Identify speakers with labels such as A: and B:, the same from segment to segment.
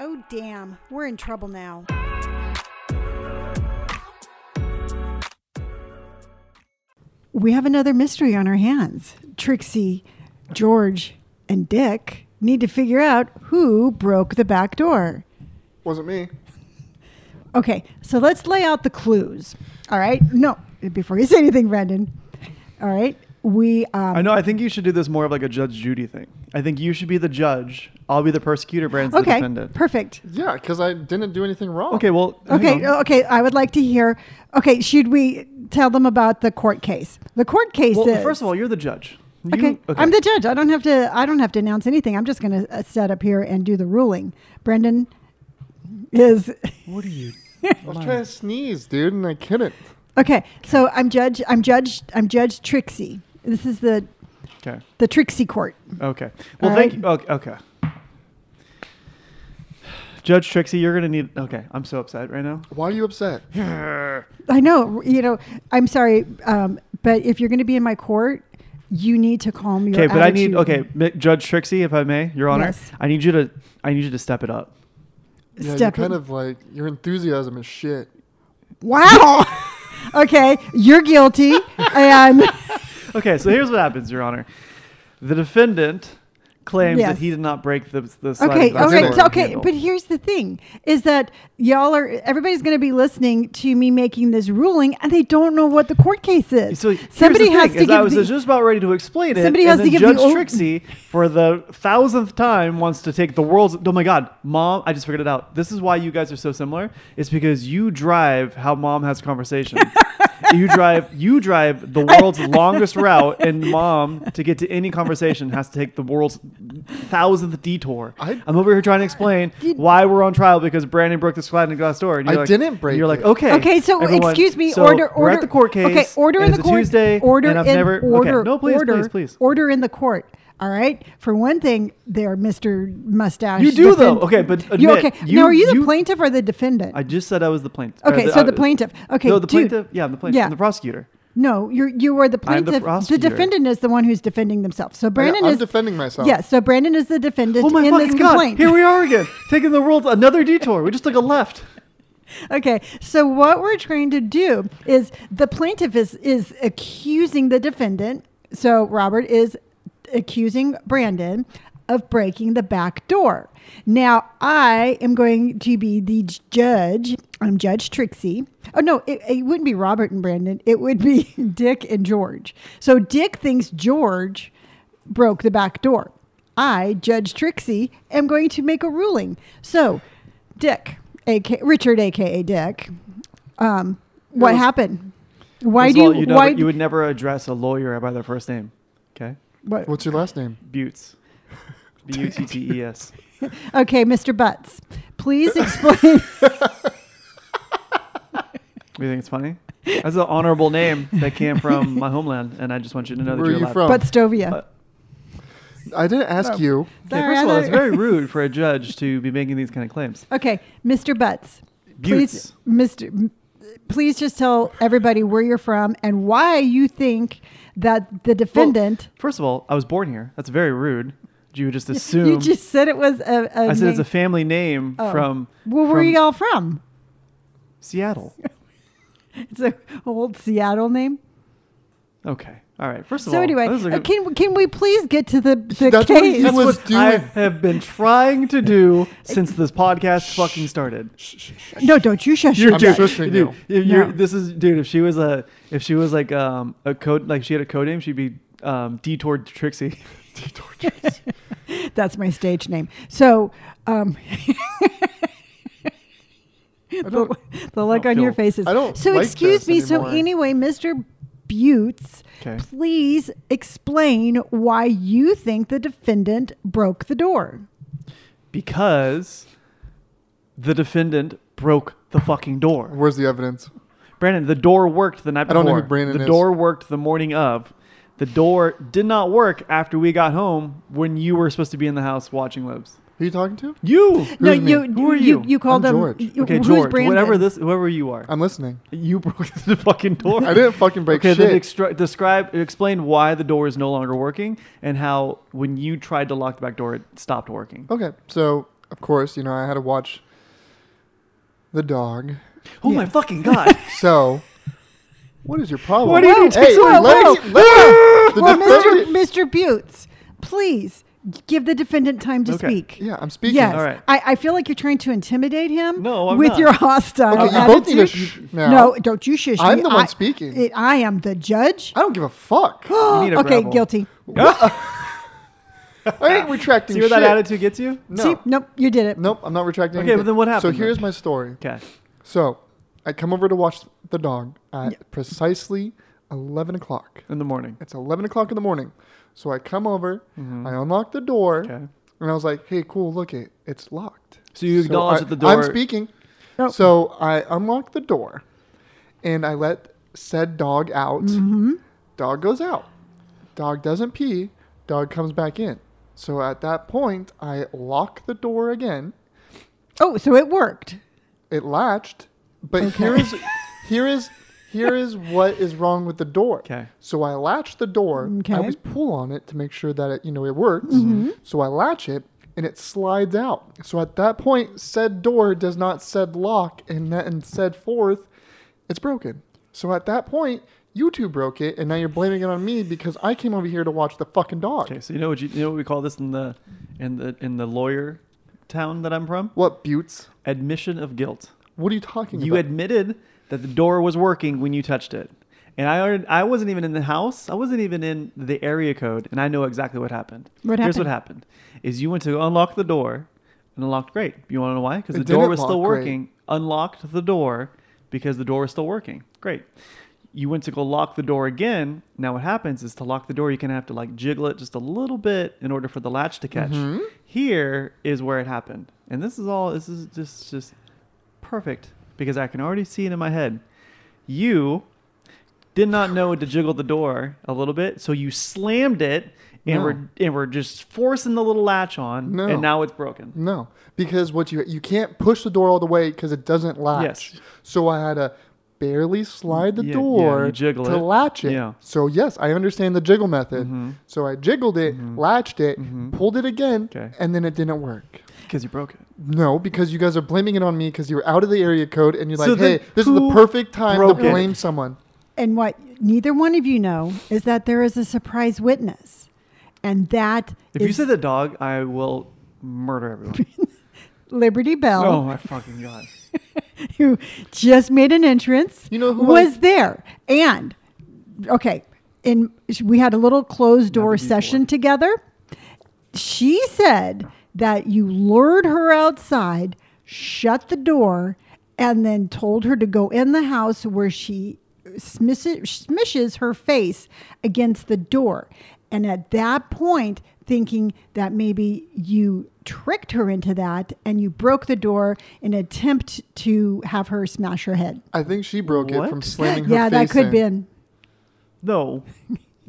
A: Oh, damn. We're in trouble now. We have another mystery on our hands. Trixie, George, and Dick need to figure out who broke the back door.
B: Wasn't me.
A: Okay, so let's lay out the clues. All right. No, before you say anything, Brendan. All right. We. Um,
C: I know. I think you should do this more of like a Judge Judy thing. I think you should be the judge. I'll be the persecutor. Brandon's the
A: Okay.
C: defendant.
A: Perfect.
B: Yeah, because I didn't do anything wrong.
C: okay. Well. hang
A: Okay,
C: on.
A: okay. I would like to hear. Okay, should we tell them about the court case? The court case
C: Well,
A: is.
C: first of all, you're the judge. You-
A: okay, I'm the judge. I don't have to. I don't have to announce anything. I'm just going to uh, set up here and do the ruling. Brendan is
C: What are you?
B: I was trying to sneeze, dude, and I couldn't.
A: okay. So I'm judge. I'm judge. I'm judge Trixie. This is the
C: Okay.
A: the Trixie court.
C: Okay. Well,
A: All
C: thank
A: right.
C: you. Okay, okay. Judge Trixie, you're gonna need. Okay, I'm so upset right now.
B: Why are you upset?
A: I know. You know. I'm sorry, um, but if you're going to be in my court, you need to calm your.
C: Okay, but I need.
A: attitude.
C: Okay, Mi- Judge Trixie, if I may, Your Honor,
A: Yes.
C: I need you to. I need you to step it up.
B: Yeah, you
A: Step in.
B: kind of like your enthusiasm is shit.
A: Wow. okay, you're guilty, and
C: Okay, so here's what happens, Your Honor. The defendant claims
A: Yes.
C: that he did not break the the sliding
A: okay,
C: glass
A: okay,
C: door
A: so, okay.
C: handle.
A: But here's the thing: is that y'all are everybody's going to be listening to me making this ruling, and they don't know what the court case is.
C: So here's
A: somebody
C: the
A: has
C: thing,
A: to
C: is I
A: give
C: was
A: the,
C: just about ready to explain it.
A: Somebody
C: and
A: has
C: then
A: to give the
C: Judge
A: o-
C: Trixie for the thousandth time wants to take the world's. Oh my God, mom! I just figured it out. This is why you guys are so similar. It's because you drive how mom has conversation. you drive you drive the world's longest route, and mom to get to any conversation has to take the world's thousandth detour. I,
B: I-
C: am over here trying to explain why we're on trial because Brandon broke the sliding glass door. And
B: I
C: you're like,
B: didn't break
C: You're like,
B: it.
C: okay,
A: Okay, so
C: everyone,
A: excuse me.
C: so
A: order, order.
C: We're at the court case.
A: Okay, order
C: and
A: in
C: it's
A: the
C: a
A: court.
C: Tuesday.
A: Order
C: and I've
A: in
C: never.
A: order.
C: okay, no, please,
A: order,
C: please, please.
A: Order in the court. All right, for one thing, there, Mister Mustache.
C: You do, though.
A: defend-
C: Okay, but
A: you
C: admit,
A: okay?
C: you-
A: now, are you the
C: you-
A: plaintiff or the defendant?
C: I just said I was the plaintiff. or
A: Okay, so
C: uh,
A: the plaintiff. Okay,
C: no, the
A: dude.
C: plaintiff. Yeah, I'm the plaintiff.
A: Yeah.
C: I'm the prosecutor.
A: No, you you are the
C: I'm the
A: plaintiff. the
C: prosecutor.
A: defendant is the one who's defending themselves. So Brandon
B: I'm
A: is
B: defending myself.
A: Yeah, so Brandon is the defendant
C: Oh my
A: in this
C: fucking god!
A: complaint.
C: Here we are again, taking the world another detour. We just took a left.
A: okay, so what we're trying to do is the plaintiff is is accusing the defendant. So Robert is accusing Brandon of breaking the back door. Now I am going to be the j- judge. I'm Judge Trixie. Oh no, it, it wouldn't be Robert and Brandon. It would be Dick and George. So Dick thinks George broke the back door. I, Judge Trixie, am going to make a ruling. So, Dick, aka Richard, aka Dick, um, what
B: was-
A: happened? Why
C: First
A: do
C: of all,
A: you?
C: you, never,
A: why
C: you would never address a lawyer by their first name? Okay,
A: what-
B: What's your last name?
C: Butts. B u t t e s.
A: okay, Mr. Butts, please explain.
C: You think it's funny? That's an honorable name that came from my homeland, and I just want you to know that
B: Where are
C: you're
B: you
C: allowed-
B: from?
A: Buttstovia.
C: Uh,
B: I didn't ask you.
C: Okay,
A: Sorry,
C: first
A: I
C: of all,
A: thought-
C: it's very rude for a judge to be making these kind of claims.
A: okay, Mr. Butts,
C: Butts.
A: please, Mr. Please just tell everybody where you're from and why you think that the defendant.
C: First of all, I was born here. That's very rude. You would just assume.
A: you just said it was a. a
C: I said it's
A: name-
C: a family name
A: Oh.
C: from.
A: Well, where
C: from
A: y'all from?
C: Seattle.
A: It's an old Seattle name.
C: Okay. All right. First of
A: So
C: all,
A: anyway,
C: this is a
A: uh,
C: good-
A: can can we please get to the, the
B: That's what he
A: case?
C: that's
B: was
C: what I
B: doing-
C: have been trying to do since this podcast fucking started.
A: no, don't you shush.
C: You're
A: your
B: I'm
C: dude,
A: jaw.
B: listening
C: dude,
B: now.
C: if you're-
A: No.
C: This is dude. If she was a, if she was like um a code, like she had a code name, she'd be um detoured Trixie.
A: That's my stage name. So, um, the, the look
C: don't
A: on your
C: feel-
A: faces.
B: I don't
A: So
B: like
A: excuse
B: this
A: me. So
B: anymore.
A: anyway, Mr. Butts,
C: Okay.
A: please explain why you think the defendant broke the door.
C: because the defendant broke the fucking door.
B: Where's the evidence?
C: Brandon, the door worked the night before.
B: don't know who Brandon
C: the
B: is.
C: door worked the morning of. The door did not work after we got home when you were supposed to be in the house watching Libs.
B: Who you talking to?
C: You.
A: no,
B: Who's me?
A: you,
C: Who are
A: you
C: you?
A: called
B: I'm
A: them.
B: George.
A: you-
C: Okay,
A: who's
C: George,
A: Brandon?
C: whatever this, whoever you are,
B: I'm listening.
C: you broke the fucking door.
B: I didn't fucking break
C: Okay, then
B: shit.
C: extra- describe, explain why the door
B: Oh,
C: is no longer working and how when you tried to lock the back door, it stopped working.
B: Okay, so of course, you know, I had to watch the dog.
C: Oh my fucking god!
B: So, what is your problem?
C: What do you need to
B: hey,
C: do?
B: let me- let me- the
A: Well, Mr.
B: defendant-
A: Mr. Butts, please give the defendant time to
C: Okay.
A: speak.
B: Yeah, I'm speaking.
A: Yes,
C: All right.
A: I, I feel like you're trying to intimidate him.
C: No, I'm
A: with
C: not.
A: your hostile
B: Okay, you
A: attitude.
B: both need to sh- now.
A: No, don't you shush
B: I'm
A: me.
B: the one
A: I-
B: speaking.
A: it- I am the judge.
B: I don't give a fuck.
C: You need a
A: okay,
C: rebel.
A: guilty.
B: I ain't retracting
C: See where
B: shit.
C: that attitude gets you?
B: No.
A: See, nope, you did it.
B: Nope, I'm not retracting.
C: Okay, but then what happened
B: So
C: then?
B: here's my story.
C: Okay.
B: So I come over to watch the dog at precisely 11 o'clock.
C: In the morning.
B: It's 11 o'clock in the morning. So I come over,
C: Mhm.
B: I unlock the door,
C: Okay.
B: and I was like, hey, cool, look it. It's locked.
C: So you acknowledge
B: I-
C: that the door-
B: I'm speaking.
A: Oh.
B: So I unlock the door and I let said dog out. Dog goes out. Dog doesn't pee. Dog comes back in. So at that point, I lock the door again.
A: Oh, so it worked.
B: it latched but here is here is here is what is wrong with the door
C: Okay.
B: so i latch the door
A: Okay.
B: i always pull on it to make sure that it you know it works
C: Mm-hmm.
B: so i latch it and it slides out so at that point said door does not said lock and that and said forth it's broken so at that point you two broke it and now you're blaming it on me because i came over here to watch the fucking dog
C: Okay. So you know what you, you know what we call this in the in the in the lawyer town that I'm from?
B: what buttes
C: Admission of guilt.
B: what are you talking
C: You
B: about
C: admitted that the door was working when you touched it. And I, already- I wasn't even in the house. I wasn't even in the area code, and I know exactly what happened.
A: What
C: Here's what
A: happened?
C: happened: is you went to unlock the door, and unlocked great. You want to know why? Because
B: It
C: the door
B: didn't
C: was still
B: lock great.
C: working. Unlocked the door because the door was still working. Great. You went to go lock the door again. Now what happens is to lock the door, you can have to like jiggle it just a little bit in order for the latch to catch.
B: Mm-hmm.
C: Here is where it happened, and this is all. This is just just perfect because I can already see it in my head. You did not know to jiggle the door a little bit, so you slammed it and
B: No.
C: we're and we're just forcing the little latch on,
B: No.
C: and now it's broken.
B: No, because what you you can't push the door all the way because it doesn't latch.
C: Yes.
B: So I had to barely slide the
C: Yeah, yeah,
B: door
C: you jiggle
B: to
C: it.
B: latch it.
C: Yeah. Mm-hmm.
B: So yes, I understand the jiggle method. So I jiggled it, latched it, pulled it again,
C: Okay.
B: and then it didn't work.
C: Because you broke it.
B: No, because you guys are blaming it on me because you were out of the area code and you're
C: So
B: like,
C: then
B: hey, this is the
C: who
B: perfect time to
C: broke it?
B: blame someone.
A: And what neither one of you know is that there is a surprise witness, and that
C: If you
A: is
C: say the dog, I will murder everyone.
A: Liberty Bell,
C: oh my fucking god!
A: who just made an entrance.
B: You know who I-
A: was there? And okay, and sh- we had a little closed door
C: Not the detour.
A: session together. She said that you lured her outside, shut the door, and then told her to go in the house where she smishes, smishes her face against the door. And at that point, thinking that maybe you tricked her into that and you broke the door in an attempt to have her smash her head.
B: I think she broke it from
C: What?
B: slamming her
A: yeah,
B: face.
A: that could
B: in.
A: have been.
C: No,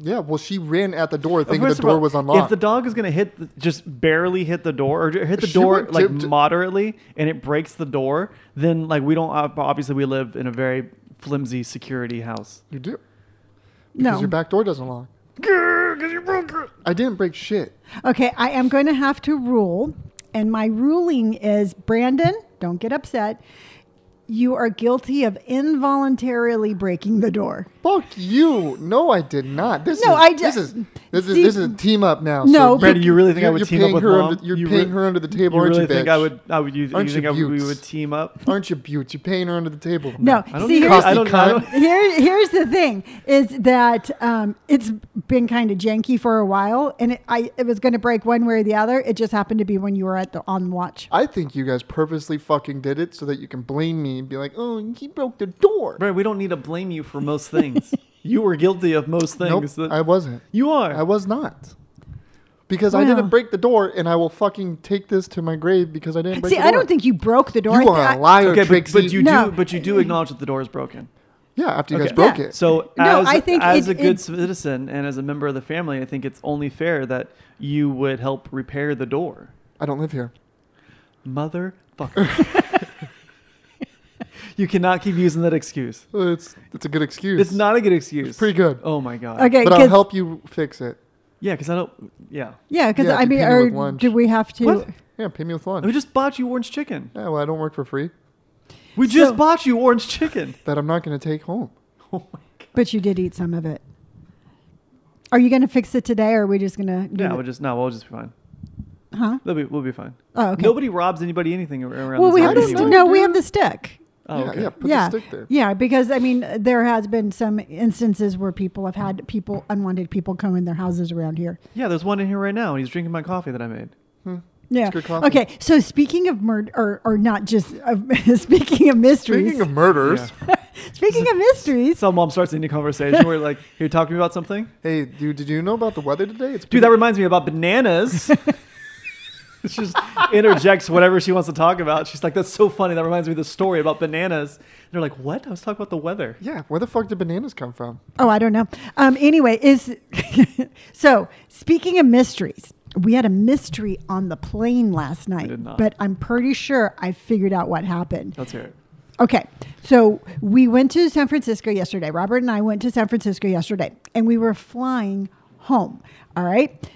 B: Yeah, well, she ran at the door thinking the
C: First of
B: door
C: all,
B: was unlocked.
C: If the dog is gonna hit, the, just barely hit the door or ju- hit the
B: She
C: door
B: went
C: like
B: to- to-
C: moderately, and it breaks the door, then like we don't ob- obviously we live in a very flimsy security house.
B: you do. Because
A: No.
B: your back door doesn't lock.
C: Because you broke it.
B: I didn't break shit.
A: Okay, I am going to have to rule. And my ruling is Brandon, don't get upset. You are guilty of involuntarily breaking the door.
B: Fuck you! No, I did not. This
A: No,
B: is,
A: I ju-
B: this is this
A: See-
B: is this is a team up now.
A: No.
B: so
C: Brandon, you really think I
B: you're-
C: would
B: you're
C: team up
B: paying
C: with
B: her
C: mom?
B: Under, you're
C: You
B: paying
C: re-
B: her under the table,
C: You
B: aren't
C: really
B: you,
C: think
B: bitch?
C: I would? I would. You, you
B: Aren't
C: think
B: you
C: I would, we
B: beauts?
C: would team up?
B: Aren't you butte? You're paying her under the table.
A: No,
C: I don't
A: see,
C: think-
A: here's,
C: I don't- I don't-
A: here, here's the thing is that um, it's been kind of janky for a while, and it, I, it was going to break one way or the other. It just happened to be when you were at the on watch.
B: I think you guys purposely fucking did it so that you can blame me and be like, "Oh, he broke the door."
C: Brandon, we don't need to blame you for most things. you were guilty of most
B: nope,
C: things. that-
B: I wasn't.
C: you are.
B: I was not. Because I
A: Well.
B: didn't break the door, and I will fucking take this to my grave because I didn't break
A: See,
B: the
A: I
B: door.
A: don't think you broke the door.
B: you
A: I
B: are a
A: thi- I-
B: liar,
C: okay, but,
B: Trixie.
C: but you
A: No.
C: do. But you do acknowledge that the door is broken.
B: yeah, after you
C: Okay.
B: guys broke
A: Yeah.
B: it.
C: So
A: No,
C: as,
A: I think
C: as
A: it-
C: a good
A: it-
C: citizen and as a member of the family, I think it's only fair that you would help repair the door.
B: I don't live here.
C: Motherfucker. you cannot keep using that excuse.
B: It's it's a good excuse.
C: It's not a good excuse.
B: pretty good.
C: Oh my god.
A: Okay,
B: but I'll
A: 'cause-
B: help you fix it.
C: Yeah, because I don't. Yeah.
A: Yeah, because
B: Yeah,
A: I mean,
B: continue with
A: or
B: lunch.
A: do we have to?
C: What?
B: Yeah, pay me with lunch.
C: We just bought you orange chicken.
B: yeah, well, I don't work for free.
C: We just
A: So-
C: bought you orange chicken.
B: That I'm not going to take home.
C: Oh my god.
A: But you did eat some of it. Are you going to fix it today, or are we just going to?
C: Yeah, we'll just no, we'll just be fine.
A: huh?
C: We'll be, we'll be fine.
A: Oh, okay.
C: Nobody robs anybody anything ar- around.
A: Well,
C: this
A: we
B: How
A: have
C: island
A: the
B: does
A: st-
B: one
C: anyway.
A: no, we
B: do-
A: have the stick.
C: Oh,
B: yeah,
C: okay.
B: yeah, put
A: yeah,
B: the stick there.
A: yeah, because I mean, there has been some instances where people have had people unwanted people come in their houses around here.
C: Yeah, there's one in here right now, and he's drinking my coffee that I made.
B: Hmm.
A: Yeah.
B: It's good coffee.
A: Okay. So speaking of murder, or, or not just of, speaking of mysteries.
B: Speaking of murders,
A: Speaking of mysteries,
C: Some mom starts any conversation where like, "Here, talk to me about something."
B: hey, dude, did you know about the weather today? It's
C: Dude,
B: pretty-
C: that reminds me about bananas. It's just interjects whatever she wants to talk about. She's like, "That's so funny. That reminds me of the story about bananas." And they're like, "What? I was talking about the weather."
B: Yeah, where the fuck did bananas come from?
A: oh, I don't know. Um, anyway, is so speaking of mysteries, we had a mystery on the plane last night,
C: did not.
A: but I'm pretty sure I figured out what happened.
B: Oh,
C: Let's hear it.
A: Okay. So we went to San Francisco yesterday. Robert and I went to San Francisco yesterday and we were flying home. All right.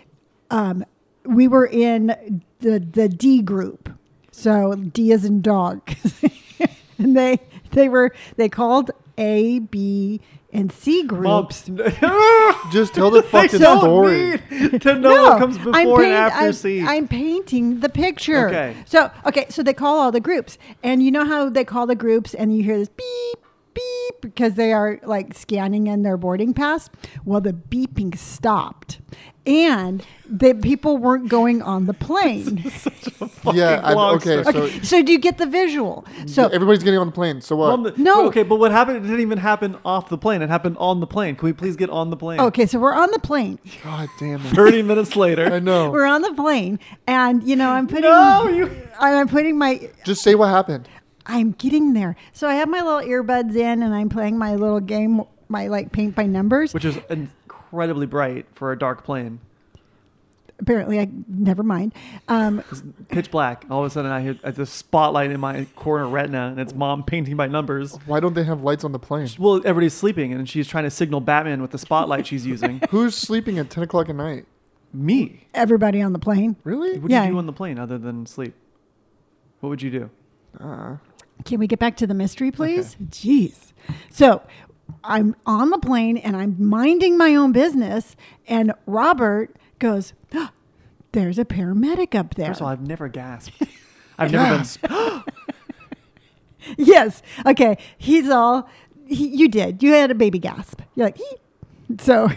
A: Um, we were in the, the D group. So D is in dog. and they, they were, they called A, B, and C
C: Mom,
A: groups.
B: Just tell the fucking
C: don't
B: story.
C: need to know what comes before and
A: paint-
C: after
A: I'm,
C: C.
A: I'm painting the picture.
C: Okay.
A: So okay, so they call all the groups, and you know how they call the groups, and you hear this beep beep because they are like scanning in their boarding pass. Well, the beeping stopped, and the people weren't going on the plane.
B: Yeah,
C: Fucking
B: I,
C: long
B: okay,
C: story.
B: so
A: so do you get the visual? So
B: everybody's getting on the plane. So what?
C: Mom, the-
A: No.
C: Okay, but what happened? It didn't even happen off the plane. It happened on the plane. Can we please get on the plane?
A: okay, so we're on the plane.
B: God damn it.
C: Thirty minutes
B: I
C: later.
B: know.
A: We're on the plane, and you know I'm putting
C: Oh. No, you.
A: I'm putting my
B: Just say what happened.
A: I'm getting there. So I have my little earbuds in and I'm playing my little game, my like paint by numbers.
C: Which is incredibly bright for a dark plane.
A: Apparently, I never mind. Um,
C: It's pitch black. All of a sudden, I hear the spotlight in my corner retina, and it's mom painting by numbers.
B: Why don't they have lights on the plane?
C: Well, everybody's sleeping, and she's trying to signal Batman with the spotlight she's using.
B: Who's sleeping at 10 o'clock at night?
C: Me.
A: everybody on the plane.
B: Really?
C: What do
A: Yeah.
C: you do on the plane other than sleep? What would you do?
B: Uh,
A: Can we get back to the mystery, please? Jeez. So I'm on the plane and I'm minding my own business, and Robert goes, "Ah, "There's a paramedic up there."
C: First of all, I've never gasped. I've never been. sp-
A: yes. Okay. He's all. He, you did. You had a baby gasp. You're like, "Ee." so.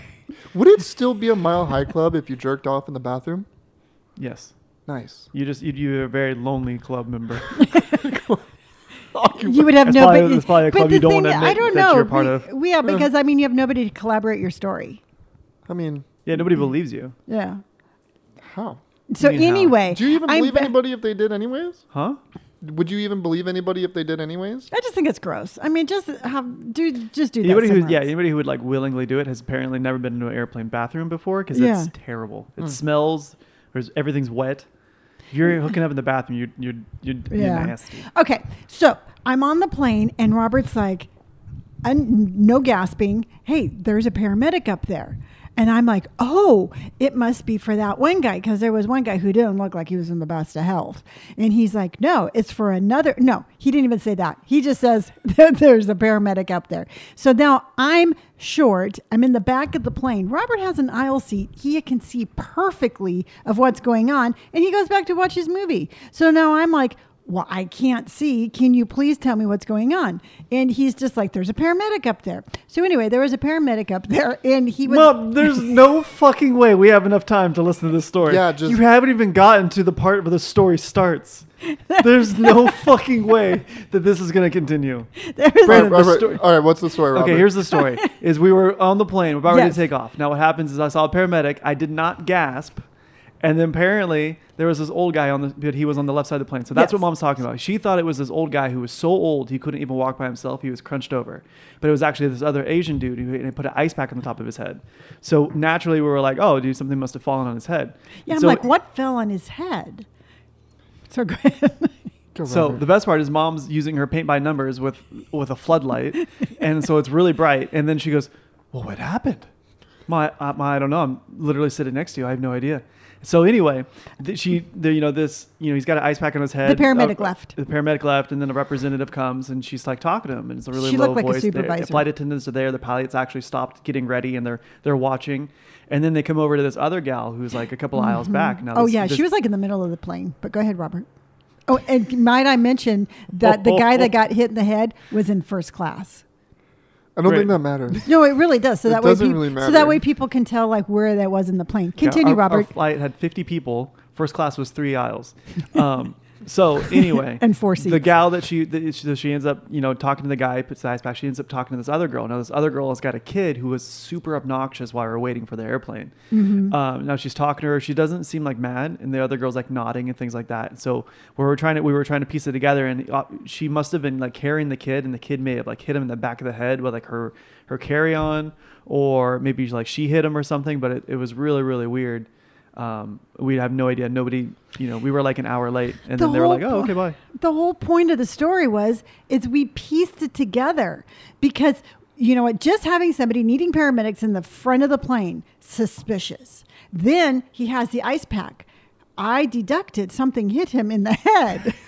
B: would it still be a mile high club if you jerked off in the bathroom?
C: yes.
B: Nice.
C: You just you, you're a very lonely club member.
A: you would have
C: That's
A: no.
C: probably- that's probably a club you don't wanna
A: I
C: admit
A: don't
C: that
A: know.
C: you're part
A: be-
C: of.
A: Yeah, because I mean, you have nobody to collaborate your story.
B: I mean,
C: Yeah, nobody believes you,
A: Yeah.
B: how?
A: So
C: mean how?
A: anyway,
B: Do you even
A: I'm
B: believe
A: ba-
B: anybody if they did anyways?
C: huh?
B: Would you even believe anybody if they did anyways?
A: I just think it's gross. I mean, just have do just do that.
C: Anybody who
A: somewhere
C: yeah
A: else.
C: anybody who would like willingly do it has apparently never been into an airplane bathroom before because
A: Yeah. Hmm.
C: it's terrible. It smells. There's everything's wet. You're hooking up in the bathroom. You're you're you're,
A: Yeah.
C: you're nasty.
A: Okay, so I'm on the plane, and Robert's like, i no gasping. Hey, there's a paramedic up there. And I'm like, oh, it must be for that one guy because there was one guy who didn't look like he was in the best of health. And he's like, no, it's for another. No, he didn't even say that. He just says that there's a paramedic up there. So now I'm short. I'm in the back of the plane. Robert has an aisle seat. He can see perfectly of what's going on. And he goes back to watch his movie. So now I'm like, well, I can't see. Can you please tell me what's going on? And he's just like, there's a paramedic up there. So anyway, there was a paramedic up there, and he was.
C: Mom, there's no fucking way we have enough time to listen to this story.
B: Yeah, just-
C: you haven't even gotten to the part where the story starts. There's no fucking way that this is gonna continue.
A: there was-
B: Right,
C: the
B: right, right.
C: story-
B: All right, what's the story, Robert?
C: Okay, here's the story: is we were on the plane, we're about ready
A: Yes.
C: to take off. Now, what happens is I saw a paramedic. I did not gasp, and then apparently there was this old guy on the, but he was on the left side of the plane. So
A: Yes.
C: that's what mom's talking about. She thought it was this old guy who was so old he couldn't even walk by himself. He was crunched over, but it was actually this other Asian dude who and he put an ice pack on the top of his head. So naturally, we were like, "Oh, dude, something must have fallen on his head."
A: yeah, I'm
C: So-
A: like, what fell on his head? So go ahead.
B: Go,
C: So
B: Robert.
C: the best part is mom's using her paint by numbers with with a floodlight, and so it's really bright. And then she goes, "Well, what happened?" My, uh, my I don't know. I'm literally sitting next to you. I have no idea. So anyway, th- she, the, you know, this, you know, he's got an ice pack on his head.
A: The paramedic
C: Uh,
A: left.
C: The paramedic left, and then a representative comes and she's like talking to him, and it's a really
A: She
C: low
A: looked like a
C: voice. Their-
A: supervisor.
C: The flight attendants are there. The pilots actually stopped getting ready, and they're they're watching, and then they come over to this other gal who's like a couple aisles back. Now,
A: oh
C: this-
A: yeah,
C: this-
A: she was like in the middle of the plane. But go ahead, Robert. Oh, and might I mention that
C: Oh,
A: the guy that got hit in the head was in first class.
B: I don't
C: Right.
B: think that matters.
A: No, it really does. So
B: It
A: that way,
B: doesn't
A: peop-
B: really
A: so that way
B: matter.
A: people can tell like where that was in the plane.
C: Yeah,
A: Continue,
C: our, Our
A: Robert.
C: flight had 50 people. First class was three aisles. Um, so anyway,
A: And four
C: The
A: seats.
C: gal that she, that she, so she ends up, you know, talking to the guy, puts the ice back. She ends up talking to this other girl. Now this other girl has got a kid who was super obnoxious while we were waiting for the airplane.
A: Mm-hmm.
C: Um, now she's talking to her. She doesn't seem like mad, and the other girl's like nodding and things like that. So we were trying to, we were trying to piece it together, and uh, she must have been like carrying the kid, and the kid may have like hit him in the back of the head with like her her carry on, or maybe like she hit him or something. But it, it was really really weird. Um, we have no idea. Nobody, you know, we were like an hour late, and then they were like, "Oh,
A: whole
C: okay, bye."
A: po- The whole point of the story was is we pieced it together because you know what? Just having somebody needing paramedics in the front of the plane suspicious. Then he has the ice pack. I deducted something hit him in the head.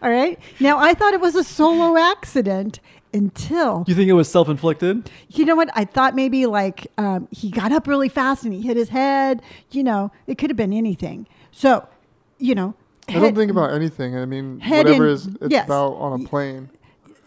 A: All right. Now I thought it was a solo accident until
C: You think it was self inflicted?
A: you know what? I thought maybe like um, he got up really fast and he hit his head. You know, it could have been anything. So, you know,
B: I don't
A: head-
B: think about anything. I mean,
A: head
B: whatever
A: in-
B: is it's
A: yes.
B: about on a plane.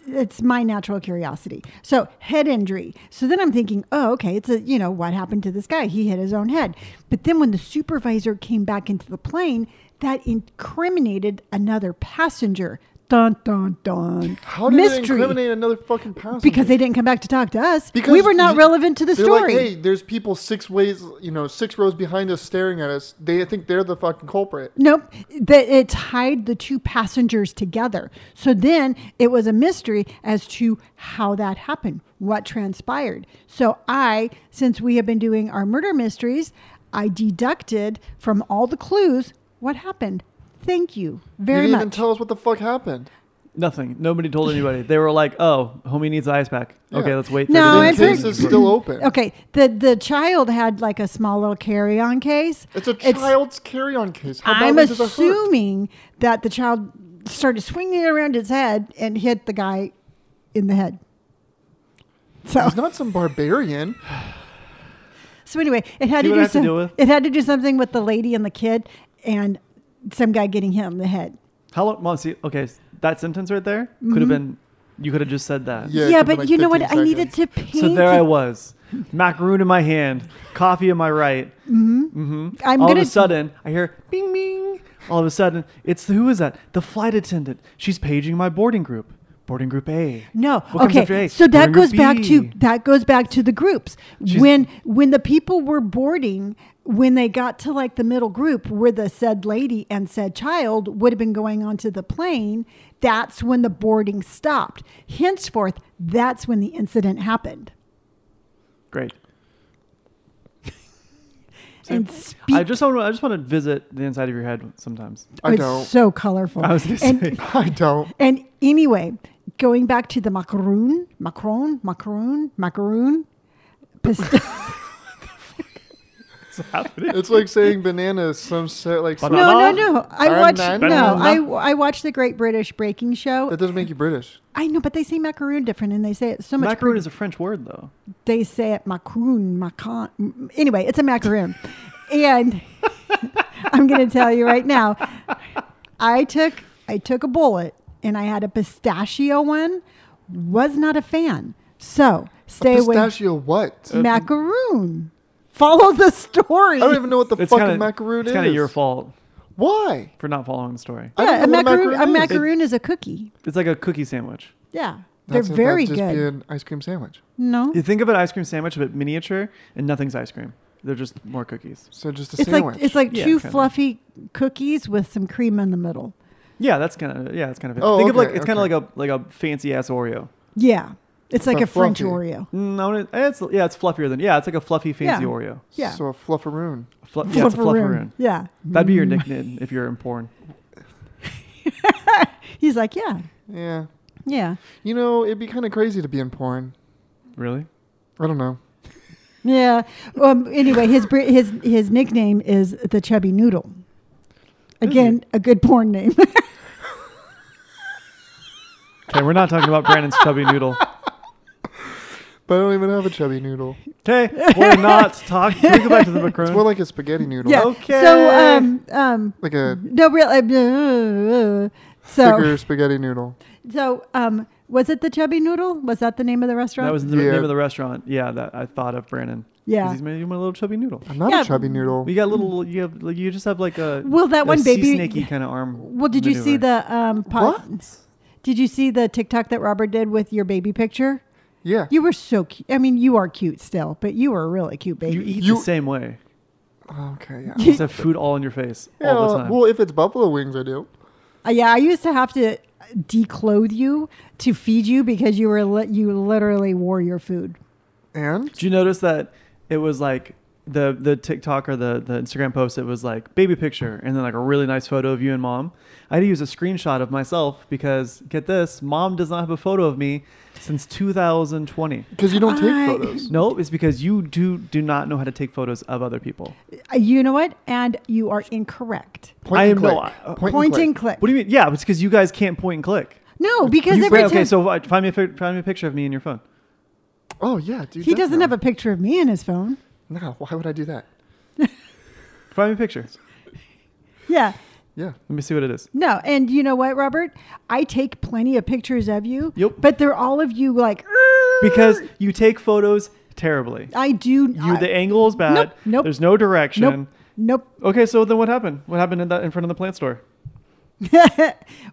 A: it's my natural curiosity. So head injury. So then I'm thinking, oh, okay, it's a you know what happened to this guy? He hit his own head. But then when the supervisor came back into the plane, that incriminated another passenger. Dun dun dun.
B: How did they
A: Mystery.
B: incriminate another fucking passenger?
A: Because they didn't come back to talk to us.
B: Because
A: we were not
B: th-
A: relevant to the
B: they're
A: story.
B: Like, hey, there's people six ways, you know, six rows behind us staring at us. They think they're the fucking culprit.
A: Nope. That it tied the two passengers together. So then it was a mystery as to how that happened, what transpired. So I, since we have been doing our murder mysteries, I deducted from all the clues what happened. Thank you
B: You
A: very
B: didn't even
A: much.
B: tell us what the fuck happened.
C: Nothing. Nobody told anybody. they were like, "Oh, homie needs the ice pack." Okay,
B: Yeah.
C: let's wait.
A: No, Oh,
B: the
A: I'm
C: minutes.
A: pretty-
B: case is still open.
A: okay. The the child had like a small little carry on case.
B: It's a child's carry-on case. How
A: I'm
B: badly does it hurt?
A: assuming that the child started swinging it around his head and hit the guy in the head. So,
B: He's not some barbarian.
A: so anyway, it had
C: See
A: to
C: what
A: do
C: I have to
A: some-
C: deal with?
A: it had to do something with the lady and the kid and some guy getting hit in the head.
C: How long? Well, see, okay, that sentence right there could have been. You could have just said that.
B: Yeah,
A: Mm-hmm. Yeah,
B: it took
A: but
B: like
A: you know what?
B: 15
A: I needed to
B: seconds.
A: paint.
C: So there I
A: it.
C: was, macaroon in my hand, coffee in my right.
A: I'm
C: all
A: gonna
C: of a sudden, I hear bing bing. All of a sudden, it's the, who is that? The flight attendant. She's paging my boarding group. Boarding group A.
A: No.
C: What comes after
A: okay.
C: A?
A: So that
C: Boarding group
A: goes back to
C: B.
A: that goes back to the groups.
C: She's-
A: when when the people were boarding, when they got to like the middle group where the said lady and said child would have been going onto the plane, that's when the boarding stopped. Henceforth, that's when the incident happened.
C: Great.
A: And
C: I
A: speak
C: just want. I just want to visit the inside of your head sometimes.
B: I
A: it's
B: don't.
A: so colorful.
C: I was gonna
A: and,
C: say.
B: I don't.
A: and anyway, going back to the macaroon, macaron, macaroon, macaroon, pist-
C: What's happening?
B: It's like saying banana is some set like some,
A: No,
C: Banana.
A: no, no. I
B: Banana.
A: watched no.
B: Banana.
A: I I watched the Great British Breaking Show.
B: that doesn't make you British.
A: I know, but they say macaroon different, and they say it so much.
C: Macaroon is a French word, though.
A: they say it macaroon, macon. Anyway, it's a macaroon, and I'm going to tell you right now. I took I took a bullet, and I had a pistachio one. Was not a fan. So stay away.
B: Pistachio what?
A: Macaroon. Follow the story.
B: Uh, I don't even know what the
C: It's
B: fucking
C: kinda-
B: macaroon
C: It's
B: is.
C: kind of your fault
B: Why?
C: for not following the story.
B: I
A: yeah, a
B: don't know what
A: macaroon. A
B: macaroon is.
A: macaroon is a cookie.
C: It's like a cookie sandwich.
A: Yeah,
B: That's-
A: they're
B: that'd
A: very
B: just
A: good.
B: Be an ice cream sandwich.
A: no,
C: You think of an ice cream sandwich, but miniature, and nothing's ice cream. They're just more cookies.
B: So just a
A: it's
B: sandwich.
A: like it's like
C: Yeah,
A: two
C: kinda.
A: fluffy cookies with some cream in the middle.
C: Yeah, that's kind of yeah, that's kind of it.
B: Oh,
C: think of
B: okay,
C: like it's kind of
B: okay.
C: like a like a fancy ass Oreo.
A: Yeah, it's like
B: But
A: a French
B: fluffy.
A: Oreo.
C: Mm, I wanna- eh, it's yeah, it's fluffier than yeah, it's like a fluffy fancy
A: Yeah.
C: Oreo.
A: Yeah,
B: So a flufferoon.
C: Flu- yeah, it's a
A: Flufferoon.
C: flufferoon.
A: Yeah,
C: That'd be your nickname if you're in porn.
A: He's like, yeah,
B: Yeah.
A: yeah.
B: You know, it'd be kind of crazy to be in porn.
C: Really?
B: I don't know.
A: Yeah. Um, anyway, his br- his his nickname is the Chubby Noodle. Again, a good porn name.
C: Okay, we're not talking about Brandon's chubby noodle.
B: But I don't even have a chubby noodle.
C: Okay, we're not talking. Can we go back to the macaroon?
B: It's more like a spaghetti noodle.
A: yeah.
C: Okay.
A: So um um
B: Like a
A: no real uh, uh, so
B: bigger spaghetti noodle.
A: so um was it the Chubby Noodle? Was that the name of the restaurant?
C: that was the
B: Yeah.
C: name of the restaurant. Yeah, that I thought of Brandon. 'Cause
A: Yeah.
C: he's made you my little chubby noodle.
B: I'm not
A: Yeah.
B: a chubby noodle.
C: You got little. You have. Like, you just have like a.
A: Mm. Well, that
C: a
A: one
C: sea
A: baby-
C: snaky kind of arm.
A: Well, did you see
C: maneuver.
A: the um po- Did you see the TikTok that Robert did with your baby picture?
B: Yeah.
A: You were so cute. I mean, you are cute still, but you were a really cute baby.
C: You eat
B: You-
C: the same way.
B: Oh, okay. Yeah.
C: You just have food all in your face
B: yeah
C: all the time.
B: Oh, Well, if it's buffalo wings, I do.
A: Uh, yeah, I used to have to declothe you to feed you because you were li- you literally wore your food.
B: And
C: Did you notice that it was like the the TikTok or the the Instagram post? It was like baby picture and then like a really nice photo of you and mom. I had to use a screenshot of myself because get this, mom does not have a photo of me since 2020.
B: because you don't take
A: I-
B: photos.
C: No, it's because you do do not know how to take photos of other people.
A: Uh, You know what? And you are incorrect.
B: Point
C: I
B: and
C: am
B: click.
C: no- uh,
B: Point
A: Point
B: and
A: and
B: click.
A: click.
C: What do you mean? Yeah, it's because you guys can't point and click.
A: no, because
C: You-
A: every
C: wait, okay,
A: time
C: so uh, find me a pic- find me a picture of me in your phone.
B: Oh yeah, dude.
A: he doesn't have a picture of me in his phone.
B: No, why would I do that?
C: Find me a picture.
A: Yeah.
B: Yeah.
C: Let me see what it is.
A: No, and you know what, Robert? I take plenty of pictures of you.
C: Yep.
A: But they're all of you like
C: Because you take photos terribly.
A: I do.
C: You
A: I-
C: the angle is bad.
A: Nope, nope.
C: There's no direction.
A: nope. Nope.
C: Okay, so then what happened? What happened in, that, in front of the plant store?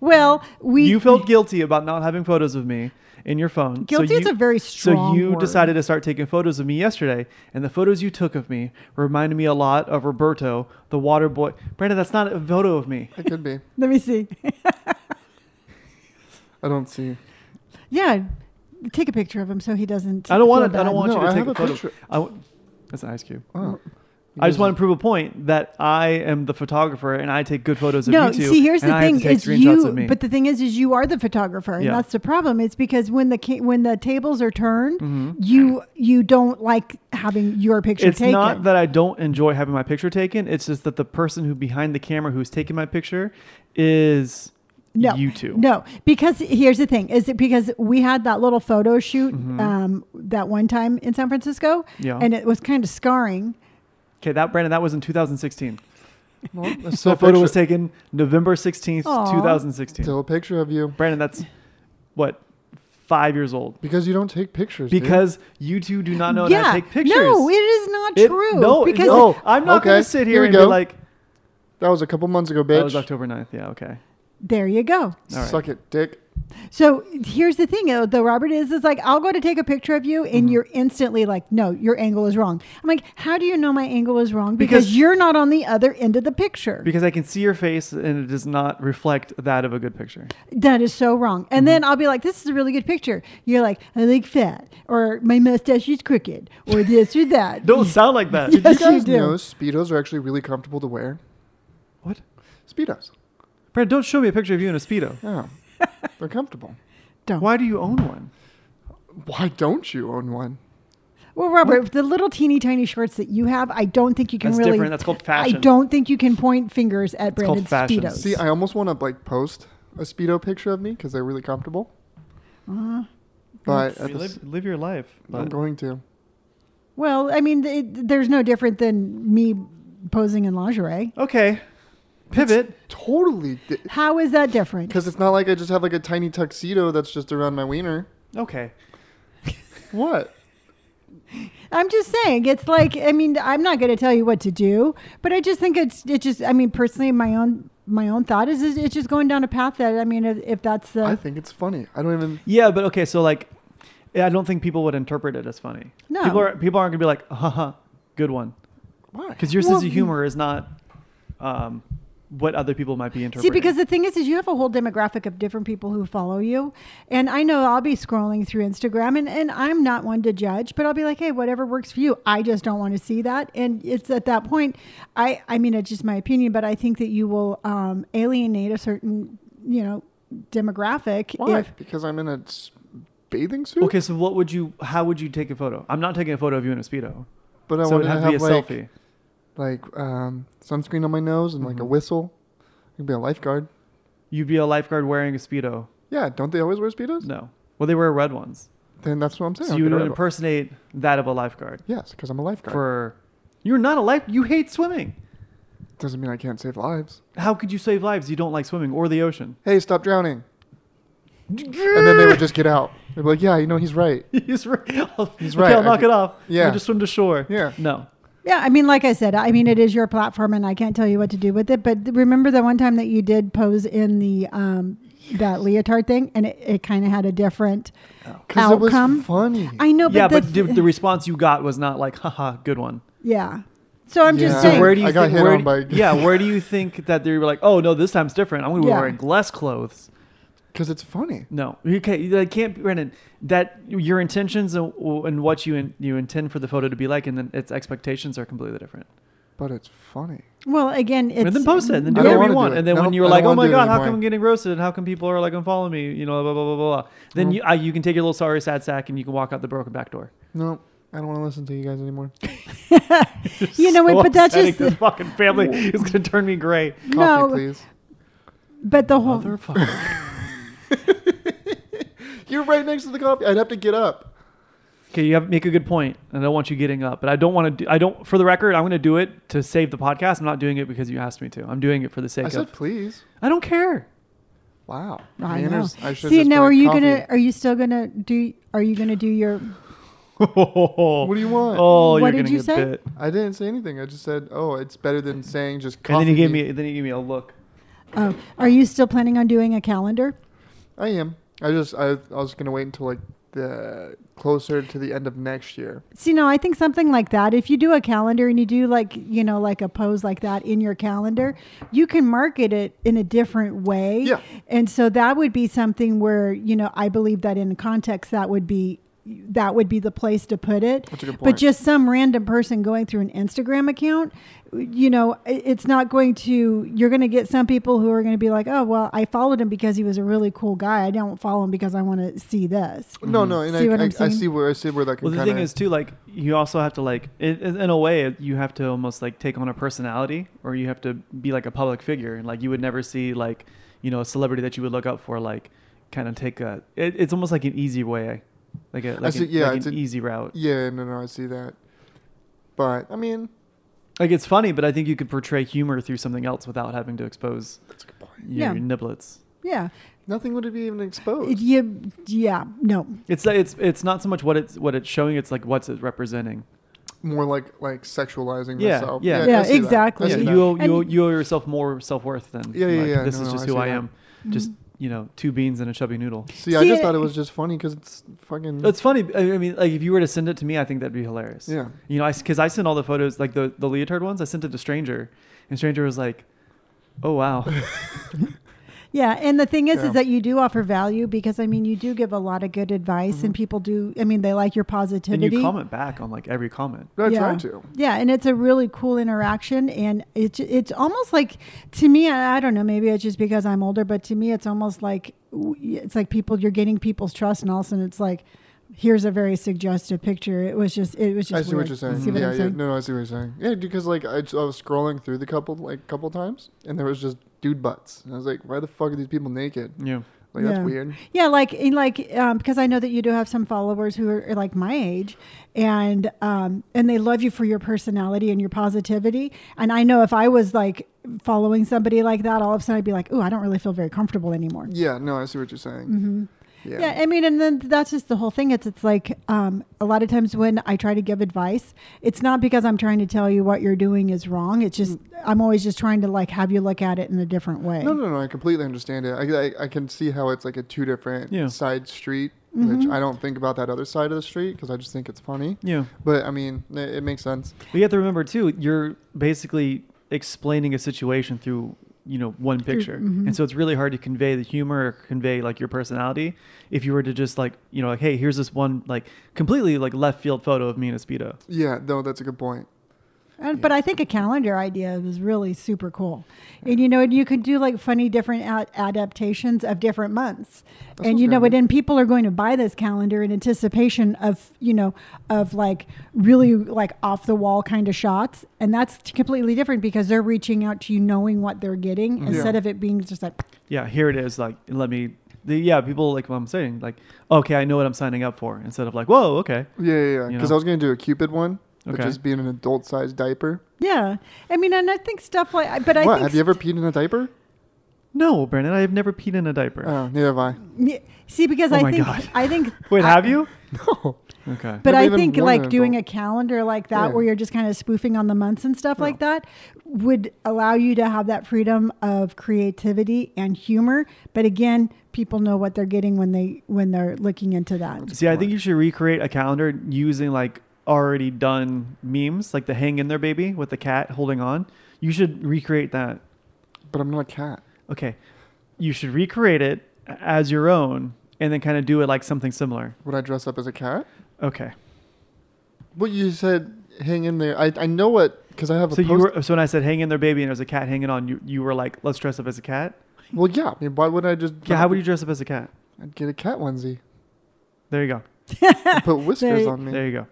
A: Well, we
C: you felt guilty about not having photos of me in your phone.
A: Guilty
C: you,
A: is a very strong
C: So you
A: word.
C: decided to start taking photos of me yesterday, and the photos you took of me reminded me a lot of Roberto, the water boy. Brandon, that's not a photo of me.
B: It could be.
A: Let me see.
B: I don't see.
A: yeah, take a picture of him so he doesn't.
C: I don't want
A: feel
C: to. I don't
A: bad.
C: want
B: No,
C: you to
B: I
C: take
B: have
C: a
B: a
C: photo.
B: picture.
C: I w- that's an ice cube.
B: Oh.
C: I just want to prove a point that I am the photographer and I take good photos of
A: No,
C: you two.
A: see, here's
C: and
A: the
C: I
A: thing:
C: have to take
A: is
C: screenshots
A: you.
C: of me.
A: But the thing is, is you are the photographer, and
C: Yeah.
A: that's the problem. It's because when the ca- when the tables are turned, you you don't like having your picture
C: Mm-hmm. it's
A: taken.
C: not that I don't enjoy having my picture taken. It's just that the person who behind the camera who's taking my picture is
A: no,
C: you two.
A: No, because here's the thing: is it because we had that little photo shoot
C: Mm-hmm.
A: um, that one time in San Francisco,
C: Yeah.
A: and it was kind of scarring.
C: Okay, that Brandon, that was in 2016.
B: Well, still
C: So the
B: a
C: photo
B: picture,
C: was taken November 16th,
A: Aw.
C: 2016.
B: Still a picture of you
C: Brandon, that's what five years old
B: because you don't take pictures. dude.
C: because you two do not know how to take pictures.
A: No, it is not
C: It-
A: true.
C: No,
A: because
C: no, I'm not
B: Oh, Okay,
C: going to sit
B: here
C: here
B: we
C: and be
B: go.
C: like,
B: that was a couple months ago, bitch.
C: that was October 9th. Yeah, okay.
A: there you go.
C: All right.
B: Suck it, dick.
A: So here's the thing, though. though, Robert is is like, I'll go to take a picture of you,
C: Mm-hmm.
A: and you're instantly like, no, your angle is wrong. I'm like, how do you know my angle is wrong? Because,
C: Because-
A: you're not on the other end of the picture.
C: Because I can see your face and it does not reflect that of a good picture.
A: that is so wrong.
C: Mm-hmm.
A: And then I'll be like, this is a really good picture. You're like, I like fat, or my mustache is crooked, or this or that.
C: Don't sound like that.
A: Yes,
B: you
A: you
B: guys
A: do.
B: know speedos are actually really comfortable to wear.
C: What?
B: Speedos.
C: Brandon, don't show me a picture of you in a Speedo.
B: Yeah. They're comfortable.
A: Don't.
C: Why do you own one?
B: Why don't you own one?
A: Well, Robert, the little teeny tiny shorts that you have, I don't think you can
C: That's
A: really.
C: different. That's called fashion.
A: I don't think you can point fingers at
C: It's called
A: Brandon's
C: fashion.
A: speedos.
B: See, I almost want to like post a speedo picture of me because they're really comfortable. But
A: Uh-huh.
C: I
B: at
C: mean,
B: the s-
C: live, live your life.
B: I'm
C: but-
B: going to.
A: well, I mean, it, there's no different than me posing in lingerie.
C: okay. Pivot.
B: Totally,
A: How is that different?
B: because it's not like I just have like a tiny tuxedo that's just around my wiener.
C: Okay.
B: What?
A: I'm just saying, it's like I mean, I'm not going to tell you what to do, but I just think it's it just I mean, personally, my own my own thought is is it's just going down a path that I mean, if, if that's the
B: I think it's funny. I don't even.
C: Yeah, but okay. So like, yeah, I don't think people would interpret it as funny.
A: No.
C: People are people aren't gonna be like, haha, good one,
B: Why?
C: because your sense
A: Well,
C: of humor is not um, what other people might be
A: See,
C: interpreting.
A: because the thing is, is you have a whole demographic of different people who follow you, and I know I'll be scrolling through Instagram, and, and I'm not one to judge, but I'll be like, hey, whatever works for you. I just don't want to see that, and it's at that point, I I mean, it's just my opinion, but I think that you will um, alienate a certain you know demographic
B: Why?
A: if
B: because I'm in a s- bathing suit.
C: okay, so what would you? How would you take a photo? I'm not taking a photo of you in a speedo.
B: but I
C: so
B: wanted
C: it'd
B: to
C: have to be a
B: have like
C: selfie.
B: like um, sunscreen on my nose and like a
C: Mhm.
B: whistle. I could be a lifeguard.
C: You'd be a lifeguard wearing a speedo.
B: Yeah, don't they always wear speedos?
C: No. Well, they wear red ones.
B: Then that's what I'm saying.
C: So
B: I'll
C: you
B: get
C: would
B: rid of it.
C: impersonate that of a lifeguard
B: yes, because I'm a lifeguard.
C: for. You're not a life. You hate swimming.
B: Doesn't mean I can't save lives.
C: How could you save lives? You don't like swimming or the ocean.
B: Hey, stop drowning! And then they would just get out. They'd be like, "Yeah, you know he's right."
C: He's right.
B: He's
C: He's
B: right.
C: right. Okay, I'll
B: I
C: knock
B: could-
C: it off.
B: Yeah.
C: Yeah. just swim to shore.
B: Yeah.
C: No.
A: Yeah, I mean, like I said, I mean, it is your platform, and I can't tell you what to do with it. But remember the one time that you did pose in the um, that leotard thing, and it, it kind of had a different
B: Because it was
A: outcome.
B: funny.
A: I know, but
C: yeah,
A: the,
C: but the, the response you got was not like, haha, good one.
A: yeah. So I'm
B: Yeah.
A: just
B: So
A: saying.
C: where do you
B: I got
C: think,
B: hit
C: where
B: on
C: do-
B: by-
C: yeah, where do you think that they were like, oh, no, this time's different. I'm going to be
A: Yeah.
C: wearing less clothes.
B: Because it's funny.
C: No, you can't. That can't, be- Brandon. That your intentions and, and what you in, you intend for the photo to be like, and then its expectations are completely different.
B: But it's funny.
A: well, again, it's
C: and then post it, and then do
B: I don't wanna
C: whatever you
B: do
C: want.
B: it.
C: And then
B: I
C: when
B: don't-
C: you're
B: I
C: like,
B: don't
C: "Oh
B: wanna
C: my
B: do it
C: god, how
B: anymore."
C: come I'm getting roasted? And how come people are like unfollow me?" You know, blah blah blah blah blah. Then
B: Mm-hmm.
C: you I, you can take your little sorry sad sack and you can walk out the broken back door.
B: No, I don't want to listen to you guys anymore.
A: You know what,
C: So
A: but that's
C: upsetting.
A: just-
C: this fucking family is gonna turn me gray.
B: Coffee,
A: No.
B: please.
A: But the whole
C: Motherfucker.
B: You're right next to the coffee. I'd have to get up.
C: Okay, you have make a good point, and I don't want you getting up, but I don't want to. Do, I don't. For the record, I'm gonna do it to save the podcast. I'm not doing it because you asked me to. I'm doing it for the sake
B: I
C: of.
B: said, please.
C: I don't care.
B: Wow.
A: I know.
B: Manners. I should
A: See
B: just
A: now,
B: been
A: are
B: like,
A: you
B: "Coffee."
A: gonna? Are you still gonna do? Are you gonna do your?
C: what
B: What do you want?
C: Oh,
A: What
C: you're
A: did
C: gonna
A: you
C: get
A: say?
C: bit.
B: I didn't say anything. I just said, oh, it's better than saying just coffee.
C: And then he gave
B: bean."
C: me. Then he gave me a look.
A: Oh, are you still planning on doing a calendar?
B: I am. I just, I, I was going to wait until like the closer to the end of next year.
A: See, no, I think something like that. If you do a calendar and you do like, you know, like a pose like that in your calendar, you can market it in a different way.
B: Yeah.
A: And so that would be something where, you know, I believe that in context that would be that would be the place to put it.
B: That's a good point.
A: But just some random person going through an Instagram account, you know, i- it's not going to you're going to get some people who are going to be like, "Oh, well, I followed him because he was a really cool guy. I don't follow him because I want to see this."
B: No, no. And
A: Mm-hmm. See what
B: I,
A: I'm
B: I, I
A: saying?
B: see where, I see where that can
C: Well, the
B: kinda,
C: thing is too, like you also have to like it, it- in a way you have to almost like take on a personality, or you have to be like a public figure, and like you would never see like you know a celebrity that you would look up for like kind of take a. It, it's almost like an easy way, like a like,
B: see-
C: an,
B: yeah,
C: like
B: it's
C: an
B: a-
C: easy route.
B: Yeah, no, no. I see that. But, I mean,
C: Like it's funny, but I think you could portray humor through something else without having to expose
B: that's a good point.
A: Yeah.
C: your niblets.
A: Yeah.
B: Nothing would be even
A: It-
B: exposed.
A: You, yeah. No.
C: It's it's it's not so much what it's what it's showing; it's like what's it representing.
B: More like like sexualizing
C: Yeah,
B: myself.
C: yeah.
B: I
A: Yeah,
B: see that. I
A: exactly.
B: see
C: Yeah,
A: Yeah.
B: that.
C: you owe, you, owe,
A: And-
C: you owe yourself more self worth than
B: Yeah, yeah,
C: like,
B: yeah.
C: This
B: No,
C: is
B: no,
C: just
B: I
C: who
B: see
C: I
B: that. Mm-hmm.
C: am. Just you know, two beans and a chubby noodle.
B: See, I just
A: See,
B: thought it
A: it-
B: was just funny because it's fucking.
C: It's funny. I I mean, like if you were to send it to me, I think that'd be hilarious.
B: yeah.
C: You know, I because I sent all the photos, like the the leotard ones. I sent it to stranger, and stranger was like, "Oh wow,
A: Yeah, and the thing is,
B: Yeah.
A: is that you do offer value because I mean, you do give a lot of good advice, and people do. I mean, they like your
C: Mm-hmm. and
A: positivity.
C: you comment back on like every comment.
B: I
A: Yeah.
B: tried to.
A: Yeah, and it's a really cool interaction, and it's it's almost like to me, I, I don't know, maybe it's just because I'm older, but to me, it's almost like w- it's like people you're getting people's trust, and all of a sudden, it's like here's a very suggestive picture. It was just it was just.
B: I see
A: weird.
B: what you're saying.
A: See what
B: yeah,
A: I'm
B: yeah.
A: saying?
B: No, no, I see what you're saying. Yeah, because like I, just- I was scrolling through the couple like couple times, and there was just dude butts, and I was like, why the fuck are these people naked?
C: Yeah,
B: Like
A: Yeah.
B: that's weird.
A: Yeah, like and like um, because I know that you do have some followers who are, are like my age, and um, and they love you for your personality and your positivity. And I know if I was like following somebody like that, all of a sudden I'd be like, "Ooh, I don't really feel very comfortable anymore."
B: Yeah. No, I see what you're saying.
A: hmm
B: Yeah.
A: Yeah. I mean, and then that's just the whole thing. It's it's like um, a lot of times when I try to give advice, it's not because I'm trying to tell you what you're doing is wrong. It's just I'm always just trying to like have you look at it in a different way.
B: Mm. No, no, no. I completely understand it. I, I, I can see how it's like a two different
C: Yeah. Mm-hmm.
B: side street, which
A: Mhm.
B: I don't think about that other side of the street because I just think it's funny.
C: yeah.
B: But I mean, it, it makes sense.
C: But you have to remember too, you're basically explaining a situation through you know one picture,
A: mhm.
C: and so it's really hard to convey the humor or convey like your personality if you were to just like you know like hey, here's this one like completely like left field photo of me in a speedo.
B: Yeah. No, that's a good point.
A: And, Uh, But I think a calendar idea is really super cool. And you know, and you could do like funny different ad- adaptations of different months. and
B: That sounds
A: you know,
B: good.
A: and then people are going to buy this calendar in anticipation of, you know, of like really like off the wall kind of shots. And that's t- completely different because they're reaching out to you knowing what they're getting
C: Mm-hmm.
A: instead of it being just like,
C: yeah, here it is. Like, let me. The, yeah, people like what I'm saying. Like, okay, I know what I'm signing up for. Instead of like, whoa, okay,
B: Yeah, yeah, yeah.
C: You
B: Because
C: know?
B: I was gonna do a Cupid one, but
C: Okay.
B: just being an adult-sized diaper.
A: yeah. I mean, and I think stuff like, but I
B: what?
A: think
B: Have you ever peed in a diaper?
C: no, Brandon, I have never peed in a diaper.
B: Oh, neither have I.
A: Yeah. See, because
C: Oh
A: I
C: my
A: think
C: God.
A: I think
C: Wait,
A: I-
C: have you?
B: No.
C: Okay.
A: But
B: Never
A: I
B: even
A: think
B: wanted
A: like
B: an
A: doing a
B: adult.
A: calendar like that,
B: Yeah.
A: where you're just kind of spoofing on the months and stuff like that, would allow you to have that freedom of creativity and humor. But again, people know what they're getting when they when they're looking into that.
C: See, I think you should recreate a calendar using like already done memes, like the hang in there baby with the cat holding on. You should recreate that.
B: But I'm not a cat.
C: Okay. You should recreate it as your own and then kind of do it like something similar.
B: Would I dress up as a cat?
C: Okay.
B: Well, you said hang in there. I, I know what because I have a
C: So
B: post.
C: you were so when I said hang in there baby and there's a cat hanging on, you you were like, let's dress up as a cat?
B: well, yeah. I mean, why would I just?
C: Yeah, how would you dress up as a cat?
B: I'd get a cat onesie.
C: There you go.
B: and put whiskers
A: There-
B: on me.
C: There you go.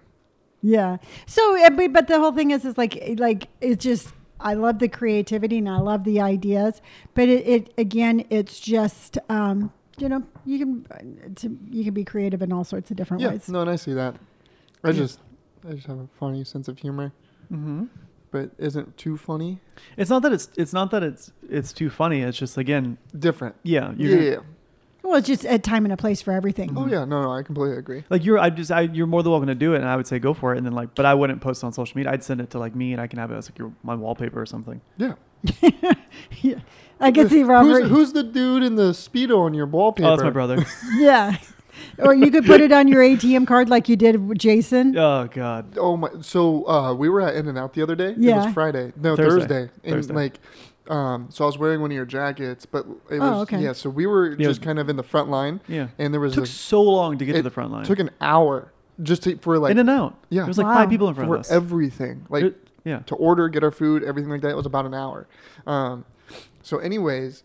A: Yeah. So, I mean, but the whole thing is, is like, eh, like it's just, I love the creativity and I love the ideas, but it, it again, it's just, um, you know, you can, eh, to, you can be creative in all sorts of different
B: Yeah.
A: ways.
B: No, and I see that. I
A: Yeah.
B: just I just have a funny sense of humor,
C: Mhm.
B: but isn't too funny.
C: It's not that it's it's not that it's it's too funny. It's just again,
B: Different.
C: yeah,
B: Yeah.
C: you're
B: yeah.
A: Well, it's just a time and a place for everything.
C: Mm-hmm.
B: Oh yeah. No, no. I completely agree.
C: Like you're, I just, I, you're more than welcome to do it, and I would say go for it. And then like, but I wouldn't post on social media. I'd send it to like me, and I can have it as like your my wallpaper or something.
B: Yeah.
A: yeah. I can
B: Who's-
A: see Robert.
B: Who's, who's the dude in the speedo on your wallpaper?
C: Oh, that's my brother.
A: yeah. or you could put it on your ATM card like you did with Jason.
C: oh God.
B: Oh my! So uh, we were at In and Out the other day. It
A: Yeah.
B: was Friday. No,
C: Thursday.
B: Thursday. And
C: Thursday.
B: like, um, so I was wearing one of your jackets, but it was
A: Oh, okay.
B: yeah. So we were
C: Yeah.
B: just kind of in the front line,
C: Yeah.
B: and there
C: It
B: was
C: took
B: a-
C: so long to get to
B: it
C: the front line.
B: took an hour just to, for like
C: in and out.
B: Yeah.
C: There was like
A: Wow.
C: five people in front
B: for
C: of us.
B: everything, like
C: It- yeah.
B: to order, get our food, everything like that. It was about an hour. Um, so, anyways,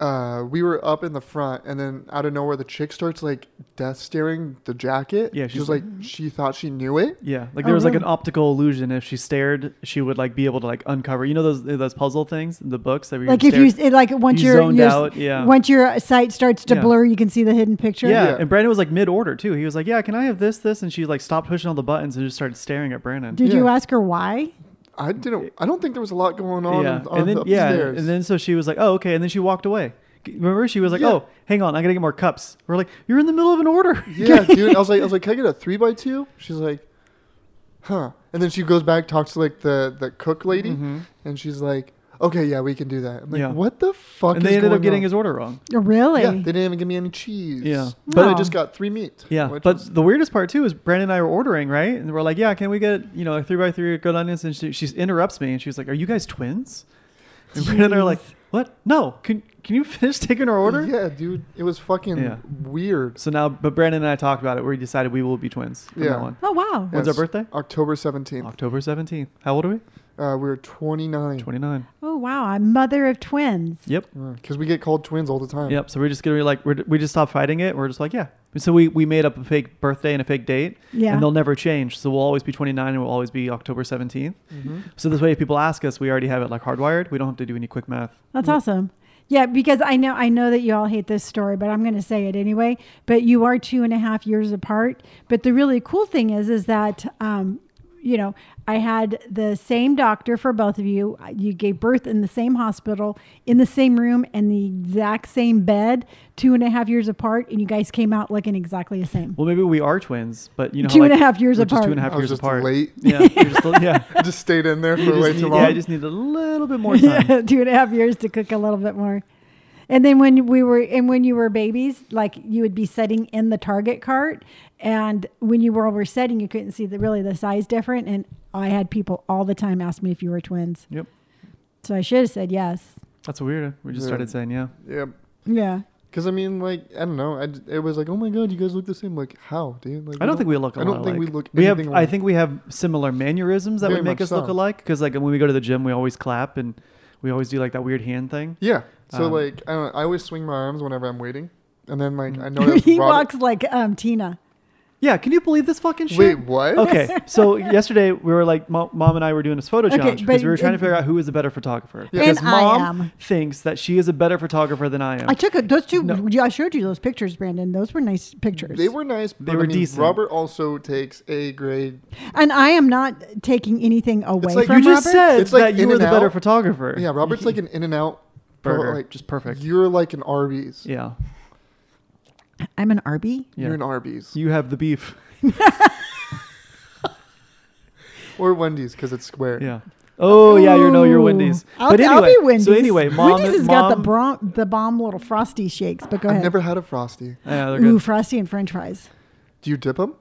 B: uh, we were up in the front, and then out of nowhere, the chick starts like death staring the jacket.
C: Yeah,
B: she
C: she's
B: was like she thought she knew it.
C: Yeah,
A: Oh,
C: like there was like an
A: really?
C: optical illusion. If she stared, she would like be able to like uncover. You know those those puzzle things, in the books that we
A: Like if you
C: stared-
A: it, like once
C: You
A: your
C: zoned
A: your-
C: out, yeah.
A: once your sight starts to
C: Yeah.
A: blur, you can see the hidden picture.
C: Yeah.
B: Yeah.
C: and Brandon was like mid order too. He was like, "Yeah, can I have this, this?" And she like stopped pushing all the buttons and just started staring at Brandon.
A: Did you
B: Yeah.
A: ask her why?
B: I didn't. I don't think there was a lot going on.
C: yeah.
B: Yeah. on
C: and then
B: the
C: yeah,
B: upstairs.
C: and then so she was like, "Oh, okay." And then she walked away. Remember, she was like,
B: Yeah.
C: "Oh, hang on, I gotta get more cups." We're like, "You're in the middle of an order."
B: yeah, dude. I was like, I was like, can I get a three by two? She's like, huh. And then she goes back, talks to like the the cook lady,
C: Mhm.
B: and she's like, okay, yeah, we can do that. I'm like,
C: Yeah.
B: what the fuck?
C: and
B: is
C: they ended
B: going
C: up getting
B: on?
C: his order wrong.
A: Really?
B: Yeah, they didn't even give me any cheese.
C: Yeah.
B: but I
A: Wow.
B: just got three meat.
C: Yeah,
B: which
C: but
B: was-
C: the weirdest part too is Brandon and I were ordering right, and we're like, "Yeah, can we get you know a three by three good onions?" And she, she interrupts me and she's like, "Are you guys twins?" And Brandon and I are like, "What? No, can can you finish taking our order?"
B: yeah, dude, it was fucking
C: Yeah.
B: weird.
C: So now, but Brandon and I talked about it. We decided we will be twins. From
B: Yeah.
C: that one.
A: Oh wow.
C: When's our
B: Yes.
C: birthday?
B: October seventeenth.
C: October seventeenth. How old are we?
B: Uh, we were twenty nine.
C: Twenty nine.
A: Oh wow. I'm mother of twins.
C: Yep.
B: Because we get called twins all the time.
C: Yep. So we're just gonna be like we're, we just stopped fighting it. We're just like yeah. So we we made up a fake birthday and a fake date,
A: Yeah.
C: and they'll never change. So we'll always be 29 and we'll always be October 17th.
A: Mm-hmm.
B: Mhm.
C: So this way, if people ask us, we already have it like hardwired. We don't have to do any quick math.
A: That's awesome. Yeah, because I know I know that you all hate this story, but I'm going to say it anyway. But you are two and a half years apart. But the really cool thing is, is that um, you know I had the same doctor for both of you. You gave birth in the same hospital, in the same room, and the exact same bed, two and a half years apart, and you guys came out looking exactly the same.
C: Well, maybe we are twins, but you know,
A: Two
C: how,
A: and a
C: like,
A: half years
C: we're Just two
A: apart.
C: and a half
B: I was
C: years
B: just
C: apart.
B: late.
C: Yeah, you're just, yeah.
B: just stayed in there
C: You
B: for
C: just
B: way
C: need-
B: too
C: Yeah,
B: long.
C: I just need a little bit more time.
A: Yeah, two and a half years to cook a little bit more. And then when we were and when you were babies, like you would be setting in the target cart, and when you were over setting, you couldn't see the really the size different. And I had people all the time ask me if you were twins,
C: Yep,
A: so I should have said yes.
C: that's weird. We just
B: Yeah.
C: started saying yeah.
B: yeah.
A: Yeah,
B: Because I mean, like I don't know. I d it was like, oh my god, you guys look the same. Like how, dude? Like
C: I don't think we look.
B: I don't
C: alike.
B: think we look.
C: We have.
B: anything
C: I
B: alike.
C: think we have similar mannerisms that
B: Very
C: would make
B: much
C: us look
B: so.
C: alike. Because like when we go to the gym, we always clap and we always do like that weird hand thing.
B: Yeah. So
C: Um,
B: like I don't. Know, I always swing my arms whenever I'm waiting, and then like I know that's
A: he
B: Robert-
A: walks like um, Tina.
C: Yeah. Can you believe this fucking shit?
B: Wait, what?
C: Okay, so yesterday we were like, Mo- mom and I were doing this photo
A: Okay,
C: challenge
A: but-
C: because we were trying to figure out who is a better photographer.
B: Yeah.
C: Because
A: And I
C: mom
A: am.
C: thinks that she is a better photographer than I am.
A: I took a, those two.
C: No.
A: yeah, I showed you those pictures, Brandon. Those were nice pictures.
B: They were nice. But
C: were
B: I mean,
C: decent.
B: Robert also takes a grade.
A: and I am not taking anything away
B: like
A: from
C: you just
A: Robert.
C: said
B: It's like
C: that you
B: in
C: were
B: and
C: the better
B: out.
C: photographer.
B: Yeah, Robert's like oh, an in and out
C: Burger, just perfect.
B: You're like an Arby's.
C: yeah,
A: I'm an Arby.
C: yeah.
B: You're an Arby's
C: you have the beef.
B: or Wendy's because it's square.
C: Yeah. Oh yeah, you know you're
A: Ooh.
C: Wendy's.
A: I'll,
C: but anyway,
A: I'll be Wendy's.
C: so anyway, mom,
A: Wendy's has
C: mom,
A: got the brom, the bomb little frosty shakes. But go
B: I've
A: ahead.
B: never had a frosty.
C: Yeah, they're good.
A: Ooh, frosty and French fries.
B: Do you dip them?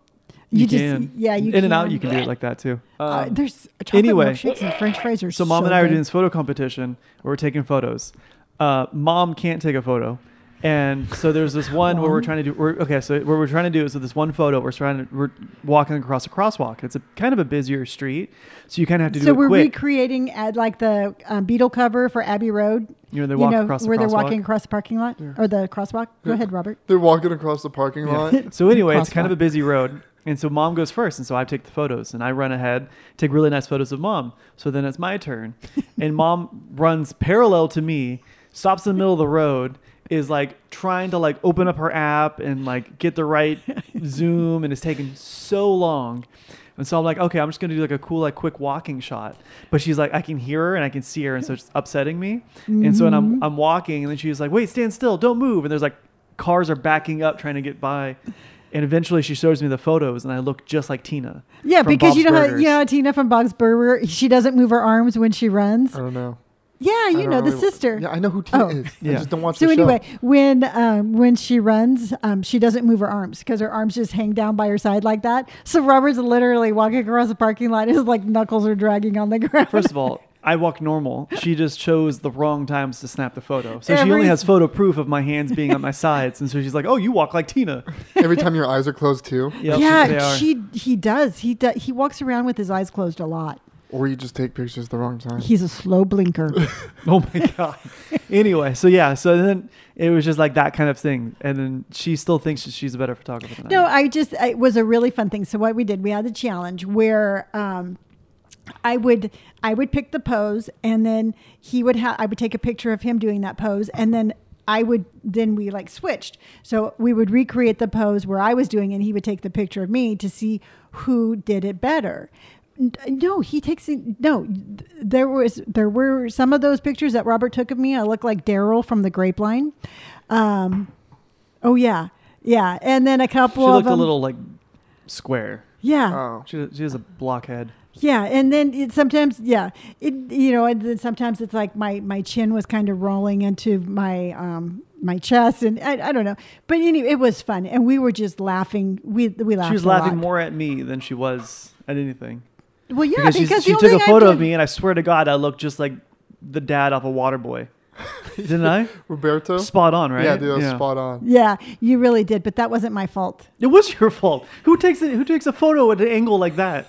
A: You, just yeah, you
C: in and out. You can do it like that too.
A: Uh,
C: Um,
A: there's chocolate
C: anyway.
A: milkshakes and French fries are
C: So mom
A: so
C: and I were
A: good.
C: doing this photo competition. We were taking photos. Uh, mom can't take a photo, and so there's this one where we're
A: Mom.
C: trying to do. We're, okay, so what we're trying to do is so this one photo we're trying to we're walking across a crosswalk. It's a kind of a busier street, so you kind of have to do
A: So
C: it
A: we're
C: quick.
A: recreating at like the um, beetle cover for Abbey Road.
C: you know they walk
A: you know
C: across
A: where
C: the
A: they're
C: crosswalk.
A: walking across the parking lot
B: Yeah.
A: or the crosswalk. Go
B: Yeah.
A: ahead, Robert.
B: They're walking across the parking
C: Yeah.
B: lot.
C: So anyway, it's kind of
A: Crosswalk.
C: a busy road. And so mom goes first, and so I take the photos, and I run ahead, take really nice photos of mom. So then it's my turn, and mom runs parallel to me, stops in the middle of the road, is like trying to like open up her app and like get the right zoom, and it's taking so long. And so I'm like, okay, I'm just gonna do like a cool, like quick walking shot. But she's like, I can hear her and I can see her, and so it's upsetting me. And so and I'm I'm walking, and then she's like, wait, stand still, don't move. And there's like cars are backing up trying to get by. And eventually she shows me the photos and I look just like Tina.
A: Yeah,
C: from
A: because you know
C: Bob's
A: how
C: Burgers.
A: you know how Tina from Bob's Burger. She doesn't move her arms when she runs.
B: I don't know.
A: Yeah,
B: I
A: you
B: don't
A: know the
B: really-
A: sister.
B: Yeah, I know who Tina
A: Oh.
B: is.
C: Yeah.
B: I just don't watch
A: so
B: the show.
A: anyway, when um, when she runs, um, she doesn't move her arms because her arms just hang down by her side like that. So Robert's literally walking across the parking lot. His like knuckles are dragging on the ground.
C: First of all, I walk normal. She just chose the wrong times to snap the photo. So she only
A: Every-
C: has photo proof of my hands being on my sides. And so she's like, oh, you walk like Tina.
B: Every time your eyes are closed too,
C: Yep, they
A: yeah,
C: are.
A: she he does. He do, he walks around with his eyes closed a lot.
B: or you just take pictures the wrong time.
A: He's a slow blinker.
C: Oh my god. anyway, so yeah, so then it was just like that kind of thing. And then she still thinks that she's a better photographer than
A: No,
C: I am.
A: I just it was a really fun thing. So what we did, we had the challenge where um, I would I would pick the pose, and then he would have I would take a picture of him doing that pose, and then I would then we like switched. So we would recreate the pose where I was doing, it, and he would take the picture of me to see who did it better. N- No, he takes it. No, th- there was there were some of those pictures that Robert took of me. I look like Daryl from the Grape Line. Um, oh yeah, yeah. And then a couple
C: She
A: of
C: looked a
A: them-
C: little like square.
A: yeah.
B: Oh,
C: She, she has a blockhead.
A: Yeah, and then it sometimes, yeah, it you know, and then sometimes it's like my my chin was kind of rolling into my um my chest, and I, I don't know, but anyway, it was fun, and we were just laughing. We we laughed.
C: She was
A: a
C: laughing
A: lot.
C: more at me than she was at anything.
A: Well, yeah,
C: because,
A: because,
C: she's- she
A: the
C: took
A: only
C: a
A: thing I
C: photo of
A: did-
C: me, and I swear to God, I looked just like the dad off a Water Boy. Didn't I?
B: Roberto.
C: Spot on, right?
B: Yeah, dude, that was spot on.
A: Yeah, you really did, but that wasn't my fault.
C: It was your fault. Who takes it? Who takes a photo at an angle like that?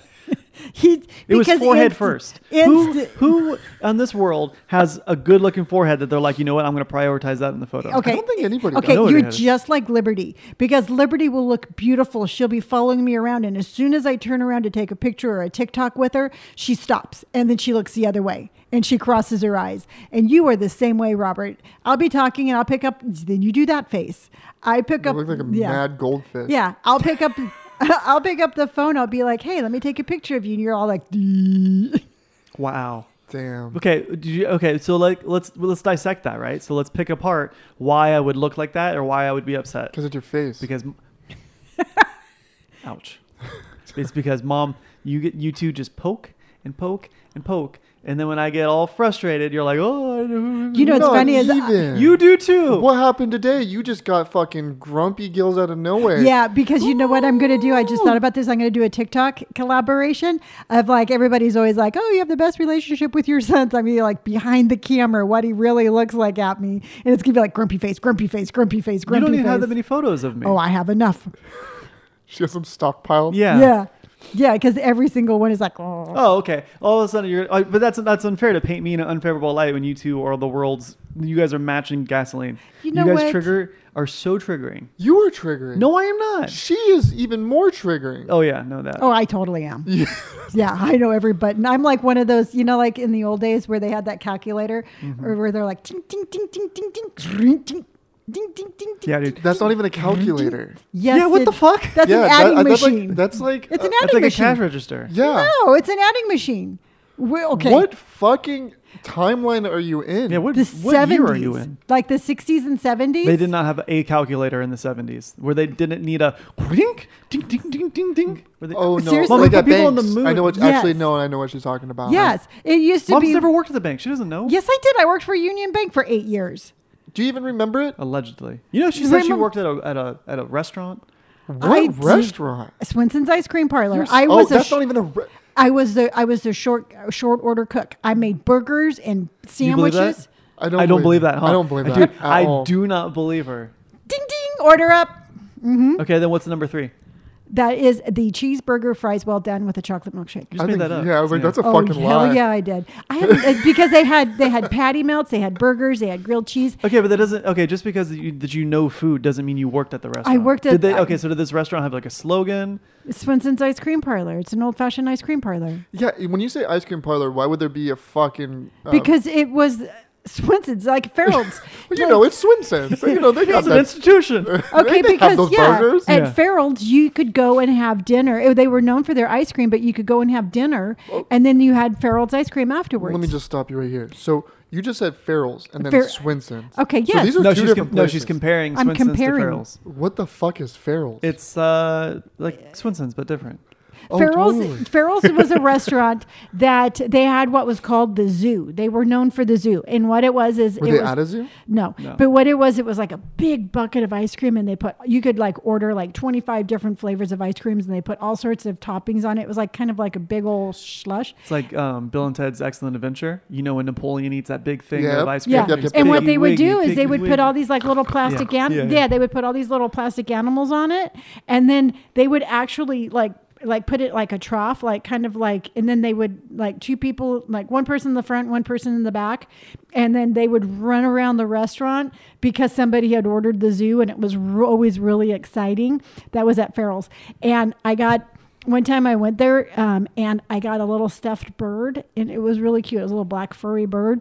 A: He
C: It was
A: because
C: forehead
A: inst-
C: first.
A: inst-
C: who, who on this world has a good-looking forehead that they're like, you know what? I'm going to prioritize that in the photo.
A: Okay.
B: I don't think anybody.
A: Okay,
C: No, it
A: you're
C: is.
A: just like Liberty because Liberty will look beautiful. She'll be following me around, and as soon as I turn around to take a picture or a TikTok with her, she stops and then she looks the other way and she crosses her eyes. And you are the same way, Robert. I'll be talking and I'll pick up. Then you do that face. I pick
B: I
A: up.
B: look like a
A: yeah.
B: mad goldfish.
A: Yeah, I'll pick up. I'll pick up the phone. I'll be like, "Hey, let me take a picture of you," and you're all like,
C: Wow.
B: Damn.
C: Okay. Did you, okay. So like, let's well, let's dissect that, right? So let's pick apart why I would look like that or why I would be upset.
B: Because it's your face.
C: because ouch it's because mom you get you two just poke and poke and poke And then when I get all frustrated, you're like, oh, I don't
A: You know what's
B: Not
A: funny is
B: even.
C: You do too.
B: What happened today? You just got fucking grumpy gills out of nowhere.
A: Yeah, because you know what I'm going to do? I just thought about this. I'm going to do a TikTok collaboration of like everybody's always like, oh, you have the best relationship with your sons. I mean, like behind the camera, what he really looks like at me. And it's going to be like grumpy face, grumpy face, grumpy face,
C: You
A: grumpy
C: don't even
A: face.
C: have that many photos of me.
A: oh, I have enough.
B: She has some stockpile.
C: yeah.
A: Yeah. Yeah, because every single one is like, oh.
C: Oh, okay. All of a sudden, you're. Uh, but that's that's unfair to paint me in an unfavorable light when you two are the world's. You guys are matching gasoline.
A: You know
C: guys
A: what?
C: trigger are so triggering.
B: You are triggering.
C: No, I am not.
B: She is even more triggering.
C: Oh yeah, no that.
A: Oh, I totally am.
B: Yeah.
A: Yeah, I know every button. I'm like one of those, you know, like in the old days where they had that calculator
C: Mm-hmm.
A: or where they're like, ting, ting, ting, ting, ting, ting, ting, ting, ting, ting, ting,
C: Yeah, dude.
B: That's not even a calculator.
A: Yes,
C: Yeah, what the
A: it-
C: fuck?
A: That's
B: yeah,
A: an adding
B: that- that's
A: machine.
B: Like, that's like.
A: it's an
B: uh,
C: That's
A: adding
C: like
A: machine.
C: a cash register.
B: yeah.
A: No, it's an adding machine. we okay.
B: What fucking timeline are you in?
C: Yeah. What,
A: The
C: what
A: 70s.
C: year are you in?
A: Like the 60s and 70s?
C: They did not have a calculator in the 70s where they didn't need a ding ding ding ding ding ding. Where they-
B: Oh no!
A: Seriously?
B: Like at
C: People on
B: Banks.
C: the moon.
B: I know what.
A: Yes.
B: Actually, no. I know what she's talking about.
A: Yes. It used to
C: Mom's
A: be.
C: never worked at the bank. She doesn't know.
A: yes, I did. I worked for Union Bank for eight years.
B: Do you even remember it?
C: Allegedly. You know, she said she
A: Remem-
C: worked at a at a at a restaurant.
B: What
A: I did-
B: restaurant?
A: Swenson's Ice Cream Parlor.
B: You're s-
A: I
B: oh,
A: was a
B: that's
A: sh-
C: e
B: not even a. Re-
A: I was the I was the short short order cook. I made burgers and
C: You believe that?
A: sandwiches.
B: I don't.
C: I don't believe that.
B: it.
C: Huh?
B: I don't believe that.
C: Dude,
B: at
C: I
B: all.
C: do not believe her.
A: Ding ding, order up. hmm
C: Okay, then what's the number three?
A: That is the cheeseburger fries well done with a chocolate milkshake.
C: You just
B: I
C: made
B: think-
C: that up.
B: Yeah, I was like, that's a
A: oh
B: fucking
A: hell
B: lie.
A: yeah, I did. I had, uh, because they had they had patty melts, they had burgers, they had grilled cheese.
C: Okay, but that doesn't. Okay, just because you, that you know food doesn't mean you worked at the restaurant.
A: worked at-
C: Did they,
A: I-
C: okay, so did this restaurant have like a slogan?
A: Swenson's Ice Cream Parlor. It's an old fashioned ice cream parlor
B: Yeah, when you say ice cream parlor, why would there be a fucking? Um,
A: because it was uh, Swenson's like Farrell's.
B: well, you know it's Swinson's. So, you know they got
C: It's an
B: that.
C: institution.
A: Okay,
B: they have
A: because
B: those
A: yeah,
B: burgers.
A: at
C: Yeah.
A: Farrell's you could go and have dinner. Eh, They were known for their ice cream, but you could go and have dinner,
B: Oh.
A: and then you had Farrell's ice cream afterwards.
B: Let me just stop you right here. So you just said Farrell's and then
A: Fer-
B: Swinson's.
A: Okay,
B: So
A: yes.
B: these are
C: no,
B: two
C: she's
B: different
C: com- no, she's
B: places.
C: comparing
A: I'm
C: Swenson's
A: comparing.
C: to Farrell's.
B: What the fuck is Farrell's?
C: It's uh like Swenson's but different.
B: Oh,
A: Farrell's
B: totally.
A: Farrell's was a restaurant that they had what was called the zoo. They were known for the zoo, and what it was is
B: Were
A: it
B: they
A: was,
B: at a zoo?
A: No.
C: No.
A: But what it was, it was like a big bucket of ice cream, and they put, you could like order like 25 different flavors of ice creams, and they put all sorts of toppings on it. It was like kind of like a big old slush.
C: It's like um, Bill and Ted's Excellent Adventure. You know when Napoleon eats that big thing
B: Yep.
C: of ice cream.
A: Yeah.
B: Yep, yep,
C: it's
B: yep,
A: and what
C: piggy
A: they would do
C: wiggy,
A: is they
C: piggy
A: would put
C: wiggy.
A: all these like little plastic
C: Yeah.
A: animals.
C: Yeah,
A: Yeah,
C: yeah.
A: they would put all these little plastic animals on it, and then they would actually like like put it like a trough, like kind of like, and then they would like two people, like one person in the front, one person in the back, and then they would run around the restaurant because somebody had ordered the zoo, and it was re- always really exciting. That was at Farrell's, and I got one time I went there um, and I got a little stuffed bird, and it was really cute. It was a little black furry bird,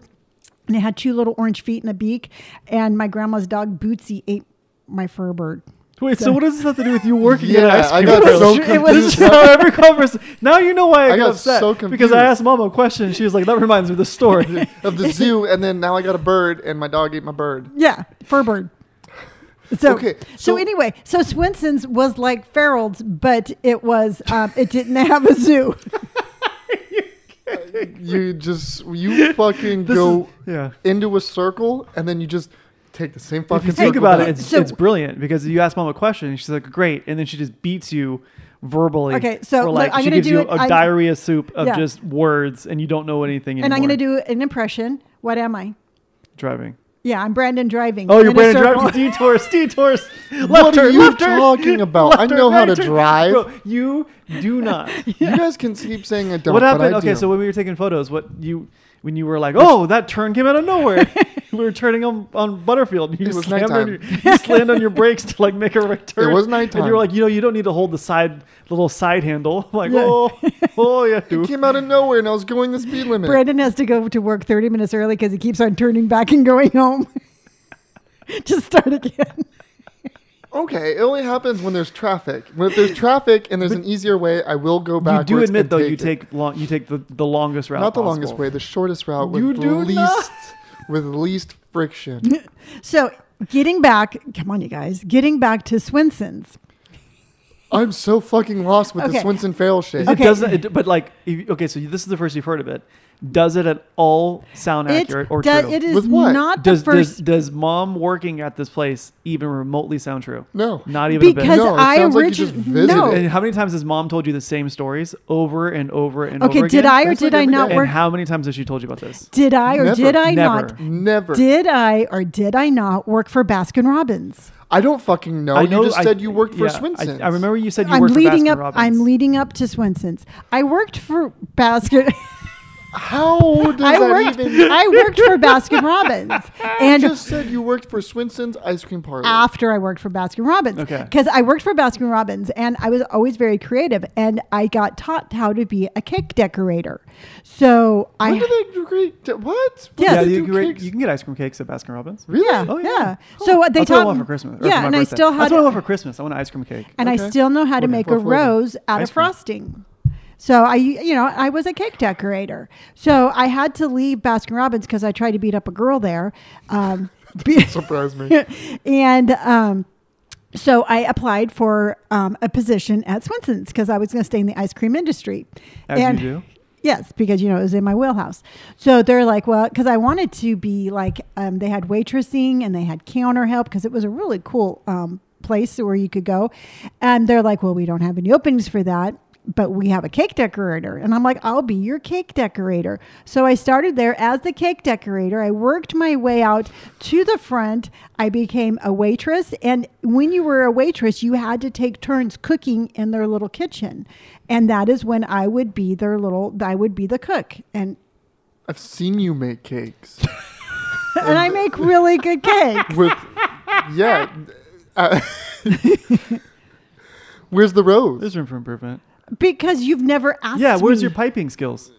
A: and it had two little orange feet and a beak. And my grandma's dog Bootsy ate my fur bird.
C: Wait, so what does this have to do with you working at an
B: Yeah,
C: ice
B: I
C: cream?
B: got
C: parlor?
B: so
A: It was- it was
C: This is
B: confused.
C: how every conversation. Now you know why I,
B: I
C: got
B: got
C: upset
B: so
C: because I
B: confused.
C: asked mom a question. She was like, "That reminds me of the story."
B: of the zoo, and then now I got a bird, and my dog ate my bird.
A: Yeah, fur bird. So,
B: Okay,
A: so
B: so-
A: anyway, so Swenson's was like Farrell's, but it was um, it didn't have a zoo.
B: You just you fucking
C: This
B: go
C: is- yeah.
B: into a circle, and then you just take the same
C: If
B: fucking.
C: you think
B: circle
C: about it,
B: back.
C: it's,
A: So-
C: it's brilliant because you ask mom a question and she's like, "Great," and then she just beats you verbally.
A: Okay, so
C: for
A: look,
C: like
A: I'm
C: she
A: gonna
C: gives
A: do
C: you
A: it-
C: a
A: I'm-
C: diarrhea soup of
A: Yeah.
C: just words, and you don't know anything anymore.
A: And I'm going to do an impression. What am I?
C: driving.
A: Yeah, I'm Brandon driving.
C: Oh, you're
A: in a
C: Brandon
A: circle.
C: driving detours, detours. Left
B: What are
C: turn,
B: you
C: left turn,
B: talking about?
C: left
B: I
C: turn,
B: know how
C: right
B: to
C: turn.
B: drive.
C: Bro, you do not.
B: You guys can keep saying I don't.
C: what
B: but
C: happened?
B: I
C: Okay,
B: do.
C: so when we were taking photos, what you when you were like, "Oh, that turn came out of nowhere." we were turning on on Butterfield. You
B: It was
C: slammed on your,
B: nighttime.
C: you slammed on your brakes to like make a right turn.
B: was
C: And
B: nighttime.
C: you were like, "You know, you don't need to hold the side the little side handle." I'm like,
A: Yeah.
C: "Oh, oh yeah,
B: it
C: dude."
B: came out of nowhere, and I was going the speed limit.
A: Brandon has to go to work 30 minutes early because he keeps on turning back and going home. Just start again.
B: Okay, it only happens when there's traffic. When if there's traffic and there's an easier way, I will go back.
C: You do admit though you
B: take.
C: take long you take the, the longest route.
B: not the
C: possible.
B: longest way, the shortest route with
C: You do
B: least
C: not.
B: with least friction.
A: So, getting back, come on, you guys, getting back to Swenson's.
B: I'm so fucking lost with
A: Okay.
B: the Swinson fail shit.
A: Okay.
C: It doesn't. It, but like, if, okay, so this is the first you've heard of it. does it at all sound
A: It,
C: accurate or
A: do-
C: true?
A: it is
B: With what?
A: not
C: does,
A: the first
C: does does mom working at this place even remotely sound true?
B: No.
C: Not even a
A: because
C: bit.
B: No, it
A: I
B: sounds like you just
A: originally
B: visited
A: no.
C: And how many times has mom told you the same stories over and over and
A: Okay,
C: over
A: did
C: again?
A: I or
B: That's
A: did
B: like
A: I
B: every
A: not
B: day.
C: And
A: work?
C: how many times has she told you about this?
A: Did I or
B: Never.
A: did I
C: Never.
A: not?
B: Never.
A: Did I or did I not work for Baskin Robbins?
B: I don't fucking know. you just
C: I-
B: said you worked for
C: yeah, I-
B: Swinson.
C: I, remember you said you
A: I'm
C: worked
A: leading
C: for Baskin
A: up.
C: Robbins.
A: I'm leading up to Swenson's. I worked for Baskin.
B: How does
A: I
B: that
A: worked.
B: even?
A: I worked for Baskin Robbins,
B: You
A: and
B: just said you worked for Swinson's ice cream parlor.
C: Ah,
A: after I worked for Baskin Robbins.
C: Okay.
A: Because I worked for Baskin Robbins and I was always very creative and I got taught how to be a cake decorator. So
B: when
A: I.
B: did they create? What? When
A: Yes.
C: Yeah,
B: did they
C: you,
B: do
C: can get-
B: cakes?
C: you can get ice cream cakes at Baskin Robbins.
B: really?
A: Yeah,
C: Oh, yeah.
A: yeah. So what they
C: That's
A: taught
C: what I want for Christmas. or
A: Yeah,
C: for my
A: and I
C: birthday.
A: still had
C: That's what I want for Christmas. I want an ice cream cake.
A: and I
B: Okay.
A: still know how to
B: Looking
A: make
B: for
A: a
B: a flavor.
A: rose out
C: Ice
A: of
C: cream.
A: frosting. So I, you know, I was a cake decorator. So I had to leave Baskin Robbins because I tried to beat up a girl there. Um, be-
B: Surprise me.
A: and um, so I applied for um, a position at Swenson's because I was going to stay in the ice cream industry.
C: As
A: and
C: you do.
A: Yes, because you know it was in my wheelhouse. So they're like, well, because I wanted to be like, um, they had waitressing and they had counter help because it was a really cool um, place where you could go. And they're like, well, we don't have any openings for that, but we have a cake decorator. And I'm like, I'll be your cake decorator. So I started there as the cake decorator. I worked my way out to the front. I became a waitress. And when you were a waitress, you had to take turns cooking in their little kitchen. And that is when I would be their little, I would be the cook. And,
B: I've seen you make cakes.
A: and I make really good cake.
B: With yeah. uh, where's the rose?
C: There's room for improvement.
A: Because you've never asked
C: Yeah, where's
A: me.
C: your piping skills?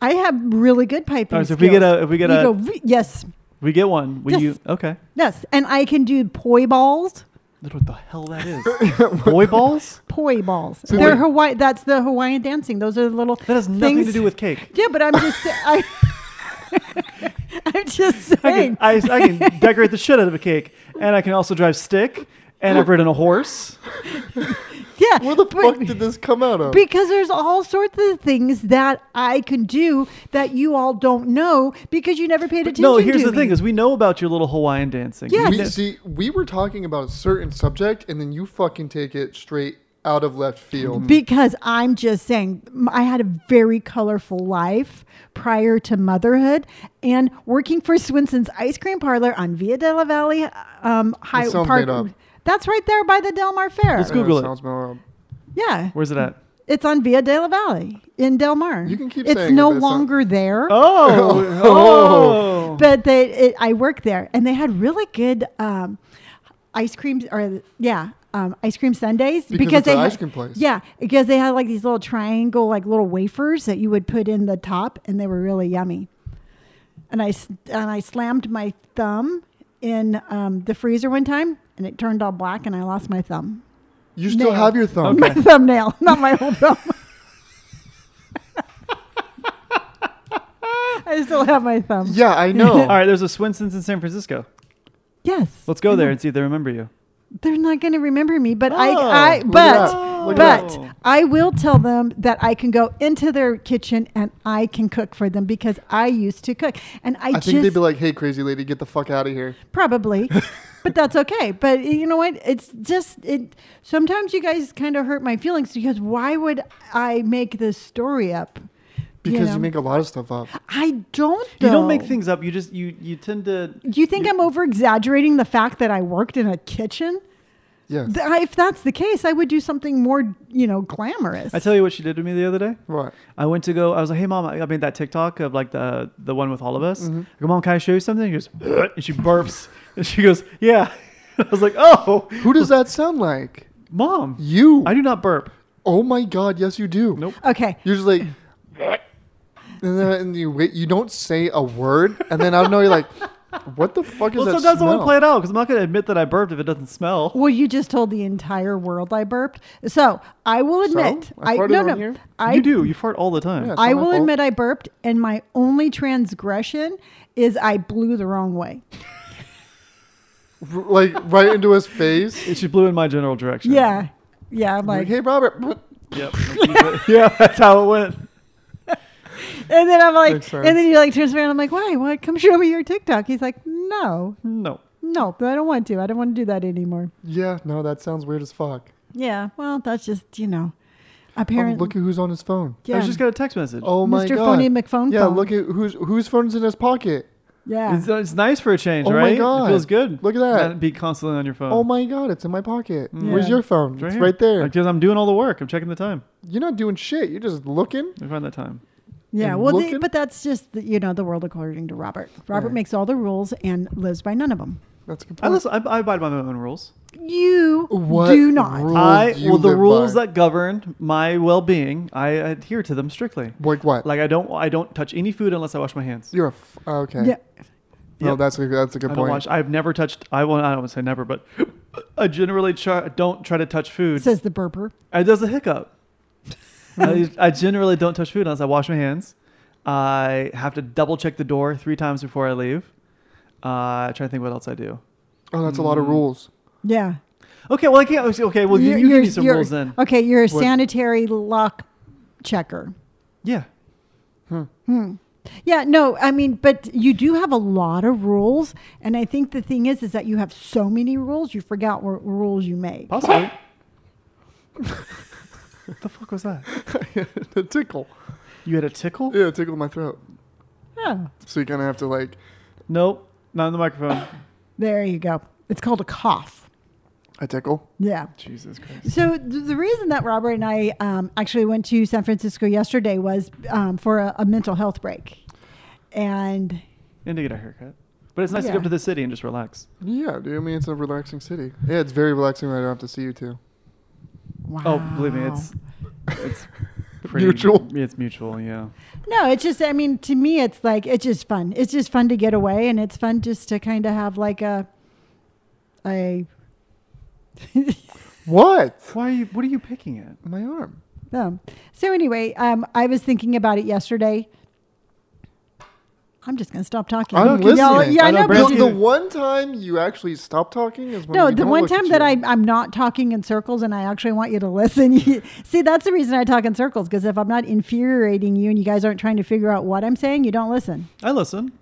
A: I have really good piping
C: All right, so if we get
A: skills.
C: a, if we get
A: You
C: a,
A: go, "V- yes,
C: we get one. Will
A: Yes.
C: you? Okay.
A: yes, and I can do poi balls.
C: That's what the hell that is. Boy balls?
A: Poi balls.
B: So
A: They're
B: wait.
A: Hawaii. That's the Hawaiian dancing. Those are the little.
C: That has nothing to
A: Things-
C: do with cake.
A: Yeah, but I'm just. sa- I, I'm just
C: I can,
A: saying.
C: I, I can decorate the shit out of a cake, and I can also drive stick, and I've ridden a horse.
A: yeah.
B: Where the
A: but-
B: fuck did this come out of?
A: Because there's all sorts of things that I can do that you all don't know because you never paid
C: But
A: attention.
C: no, here's
A: to
C: the
A: me.
C: thing: is we know about your little Hawaiian dancing.
A: Yes.
B: We
C: We kn-
B: see we were talking about a certain subject and then you fucking take it straight out of left field.
A: Because I'm just saying, m- I had a very colorful life prior to motherhood and working for Swinson's ice cream parlor on Via della Valley um, High
B: It sounds
A: Park.
B: made up.
A: That's right there by the Del Mar Fair.
C: Let's Google it.
B: Sounds more,
A: Yeah,
C: Where's it at?
A: it's on Via della Valley in Del Mar.
B: You can keep
A: It's
B: saying it,
A: no
B: but it's not-
A: longer there.
C: Oh,
B: Oh.
A: But they, it, I worked there, and they had really good um, ice creams, or yeah, um, ice cream sundaes
B: Because it's
A: they
B: an
A: had,
B: ice cream place.
A: Yeah, because they had like these little triangle, like little wafers that you would put in the top, and they were really yummy. And I s- and I slammed my thumb in um, the freezer one time, and it turned all black, and I lost my thumb,
B: you still
A: Nail.
B: have your thumb.
A: my
C: Okay.
A: thumbnail, not my whole thumb. I still have my thumb.
B: Yeah, I know.
C: All right, there's a Swinson's in San Francisco.
A: Yes.
C: Let's go there and see if they remember you.
A: they're not going to remember me but
C: Oh,
A: i i
C: look
B: at
A: but
B: that.
C: Look at
A: but
C: that.
A: i will tell them that i can go into their kitchen and i can cook for them because i used to cook and i,
B: I think
A: just
B: they'd be like, "Hey, crazy lady, get the fuck out of here."
A: probably but that's okay but you know what it's just it sometimes you guys kind of hurt my feelings because why would i make this story up
B: Because you,
A: know?
B: make a lot of stuff up.
A: i don't
C: You don't
A: though.
C: make things up. You just you you tend to.
A: do you think i'm over exaggerating the fact that i worked in a kitchen
B: Yes.
A: Th- I- if that's the case i would do something more you know glamorous
C: I tell you what she did to me the other day.
B: What?
C: I went to go. I was like, "Hey, mom, I I made that TikTok of like the the one with all of us."
B: Mm-hmm.
C: I go, "Mom, can I show you something?" She goes, "Ugh," and she burps, and she goes, "Yeah." I was like, "Oh,
B: Who does that sound like?
C: mom,
B: You.
C: I do not burp."
B: oh my god, yes you do.
C: Nope.
A: okay
B: You're just like and then and you wait, you don't say a word and then I don't know you're like, "What the fuck is
C: Well,
B: that?"
C: sometimes I want to
B: smell?"
C: play it out because I'm not going to admit that I burped if it doesn't smell.
A: Well, you just told the entire world I burped. So I will admit, I,
B: I farted
A: no
B: on
A: no,
B: here?
A: I
C: you do. You fart all the time.
B: Yeah. It's
A: I
B: not my
A: will
B: fault.
A: admit I burped, and my only transgression is I blew the wrong way.
B: R- like right into his face.
C: It She blew in my general direction.
A: Yeah, yeah. I'm
B: Like,
A: like,
B: "Hey, Robert."
C: Yep. yeah, that's how it went.
A: And then I'm like,
B: Makes
A: and then
B: sense.
A: he like turns around. I'm like, why? Why? Come show me your TikTok. He's like, no,
C: No.
A: no, I don't want to. I don't want to do that anymore.
B: Yeah, no, that sounds weird as fuck.
A: Yeah. Well, that's just you know,
B: Oh,
A: apparently.
B: look at who's on his phone.
A: yeah.
C: I just got a text message.
B: Oh my
A: Mr.
B: god.
A: Phony McPhone
B: Yeah,
A: phone.
B: look at who's whose phone's in his pocket.
A: yeah.
C: It's, it's nice for a change,
B: Oh my
C: right?
B: God.
C: It feels good.
B: Look at that.
C: Not be constantly on your phone.
B: Oh my god, it's in my pocket.
A: Yeah.
B: Where's your phone? It's
C: here.
B: right there.
C: Because I'm doing all the work. I'm checking the time.
B: You're not doing shit. You're just looking.
C: I find that time.
A: Yeah,
B: and
A: well, they,
B: looking-
A: but that's just the, you know the world according to Robert. Robert
B: Right.
A: makes all the rules and lives by none of them.
B: That's a good
C: I,
B: point.
C: listen, I, I abide by my own rules.
A: You
B: What
A: do not.
B: rule- Rules
C: I
B: you
C: well, the
B: live
C: rules
B: by.
C: that govern my well-being, I adhere to them strictly.
B: Like what?
C: Like I don't, I don't touch any food unless I wash my hands.
B: You're a f- okay.
A: Yeah,
B: No,
C: Yep.
B: that's a that's a good
C: I don't
B: point.
C: wash. I've never touched. I will. I don't wanna say never, but I generally try, don't try to touch food.
A: says the burper.
C: I does a hiccup. I, I generally don't touch food unless I wash my hands. I have to double check the door three times before I leave. Uh, trying to think what else I do.
B: oh, that's a lot of
C: Mm.
B: rules.
A: Yeah.
C: Okay, well I can't. Okay, well you,
A: You're-
C: you give
A: you're-
C: me some
A: you're-
C: rules then.
A: Okay, you're a
B: What-
A: sanitary lock checker.
C: Yeah.
A: Yeah, no, I mean, but you do have a lot of rules, and I think the thing is, is that you have so many rules, you forgot what rules you make.
C: Possibly. what the fuck was that?
B: the tickle.
C: You had a tickle?
B: Yeah, it tickled my throat.
A: Oh,
B: So you kind of have to like.
C: Nope. Not in the microphone.
A: there you go. It's called a cough.
B: I tickle.
A: Yeah.
C: Jesus Christ.
A: So th- the reason that Robert and I um, actually went to San Francisco yesterday was um, for a, a mental health break, and
C: And to get a haircut. But it's nice to
A: Yeah.
C: go up to the city and just relax.
B: Yeah, dude. I mean, it's a relaxing city. Yeah, it's very relaxing when I don't have to see you two.
A: wow.
C: Oh, believe me, it's it's pretty
B: Mutual.
C: It's mutual, yeah.
A: no, it's just. I mean, to me, it's like it's just fun. It's just fun to get away, and it's fun just to kind of have like a a.
B: What?
C: Why are you? What are you picking at?
B: My arm.
A: um, so anyway, um, I was thinking about it yesterday. I'm just gonna stop talking.
B: I'm
A: Okay, y'all-
B: listening.
A: Yeah, I
C: I know,
A: know. but
C: Brandon,
A: you-
B: The, the one time you actually stop talking is when
A: No,
B: we
A: the
B: don't
A: one
B: look at
A: time that
B: you.
A: I, I'm not talking in circles and I actually want you to listen. you- See, that's the reason I talk in circles because if I'm not infuriating you and you guys aren't trying to figure out what I'm saying, you don't listen.
C: I listen.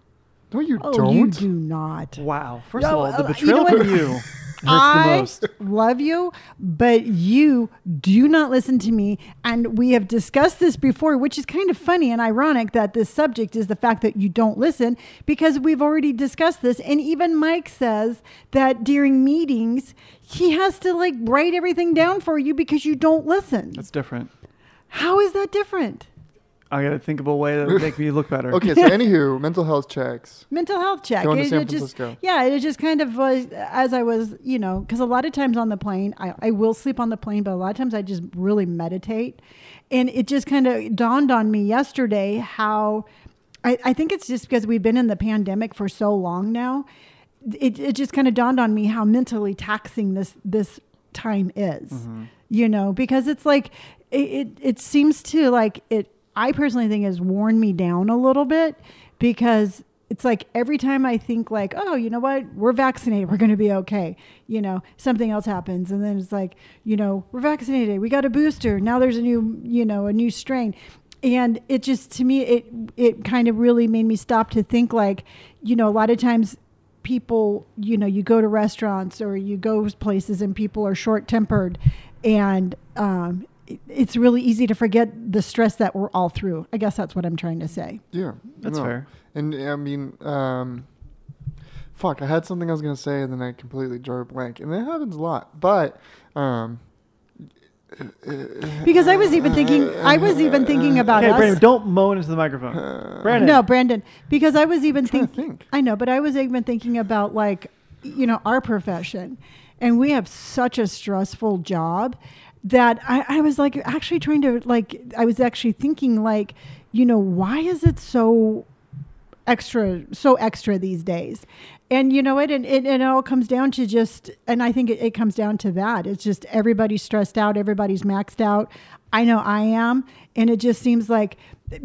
B: No, you
A: Oh,
B: don't.
A: you do not.
C: Wow. First
A: No,
C: of all, the
A: uh, you know
C: betrayal
A: what?
C: from you hurts the
A: I
C: most.
A: love you, but you do not listen to me. And we have discussed this before, which is kind of funny and ironic that this subject is the fact that you don't listen because we've already discussed this. And even Mike says that during meetings, he has to like write everything down for you because you don't listen.
C: That's different.
A: How is that different?
C: I gotta think of a way to make me look better.
B: Okay, so anywho, mental health checks.
A: mental health check.
B: Going to San
A: just,
B: Francisco.
A: yeah, it just kind of was as I was, you know, because a lot of times on the plane, I, I will sleep on the plane, but a lot of times I just really meditate. And it just kind of dawned on me yesterday how I, I think it's just because we've been in the pandemic for so long now. It, it just kind of dawned on me how mentally taxing this this time is, you know, because it's like it, it, it seems to like it, I personally think has worn me down a little bit because it's like every time I think like, oh, you know what, we're vaccinated, we're going to be okay. You know, something else happens, and then it's like, you know, we're vaccinated, we got a booster. Now there's a new, you know, a new strain, and it just to me, it it kind of really made me stop to think like, you know, a lot of times people, you know, you go to restaurants or you go places and people are short tempered and um, it- it's really easy to forget the stress that we're all through. I guess that's what I'm trying to say.
B: Yeah,
C: That's fair.
B: And I mean, um, fuck, I had something I was gonna say, and then I completely drew a blank, and that happens a lot. But um,
A: Because I was even thinking, I was even thinking about
C: Okay,
A: us.
C: Brandon, don't moan into the microphone. Brandon.
A: No, Brandon, because I was even
B: Uh, trying to
A: thinking.
B: think.
A: I know, but I was even thinking about like, you know, our profession, and we have such a stressful job that I, I was like actually trying to like I was actually thinking like, you know, why is it so extra so extra these days and you know what and it, it all comes down to just and i think it, it comes down to that it's just everybody's stressed out everybody's maxed out i know i am and it just seems like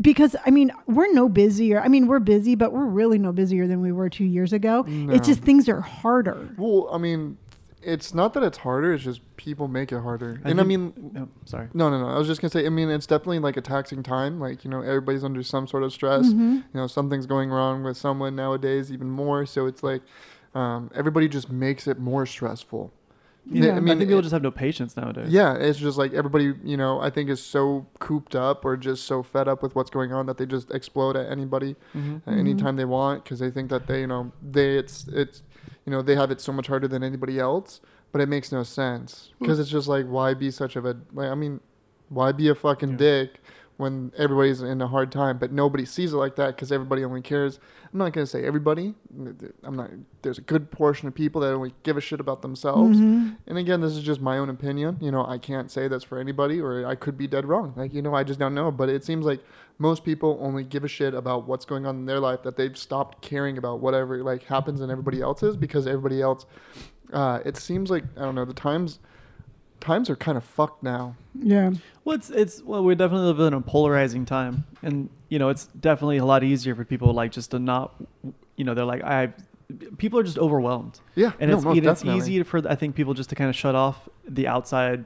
A: because i mean we're no busier i mean we're busy but we're really no busier than we were two years ago
B: No.
A: it's just things are harder
B: well, I mean, it's not that it's harder. It's just people make it harder.
C: I
B: and I
C: think-
B: mean,
C: No, sorry.
B: no, no, no. I was just gonna say. I mean, it's definitely like a taxing time. Like you know, everybody's under some sort of
A: Mm-hmm.
B: stress. You know, something's going wrong with someone nowadays, even more. So it's like um, everybody just makes it more stressful.
C: Yeah,
B: Yeah,
C: I,
B: I mean,
C: think people
B: it-
C: just have no patience nowadays.
B: Yeah, it's just like everybody, you know, I think is so cooped up or just so fed up with what's going on that they just explode at anybody
C: Mhm.
B: uh, anytime they want because they think that they, you know, they it's it's you know they have it so much harder than anybody else, but it makes no sense because it's just like why be such of a like I mean, why be a fucking
C: Yeah.
B: dick when everybody's in a hard time, but nobody sees it like that because everybody only cares. I'm not gonna say everybody. I'm not. There's a good portion of people that only give a shit about themselves.
A: Mhm.
B: And again, this is just my own opinion. You know, I can't say that's for anybody, or I could be dead wrong. Like, you know, I just don't know. But it seems like most people only give a shit about what's going on in their life that they've stopped caring about whatever like happens in everybody else's because everybody else. Uh, it seems like I don't know. The times, times are kind of fucked now.
A: Yeah.
C: Well, it's, it's well, we definitely live in a polarizing time, and you know, it's definitely a lot easier for people like just to not, you know, they're like I, people are just overwhelmed,
B: Yeah,
C: and
B: no,
C: it's
B: most
C: it, it's
B: definitely.
C: easy for I think people just to kind of shut off the outside,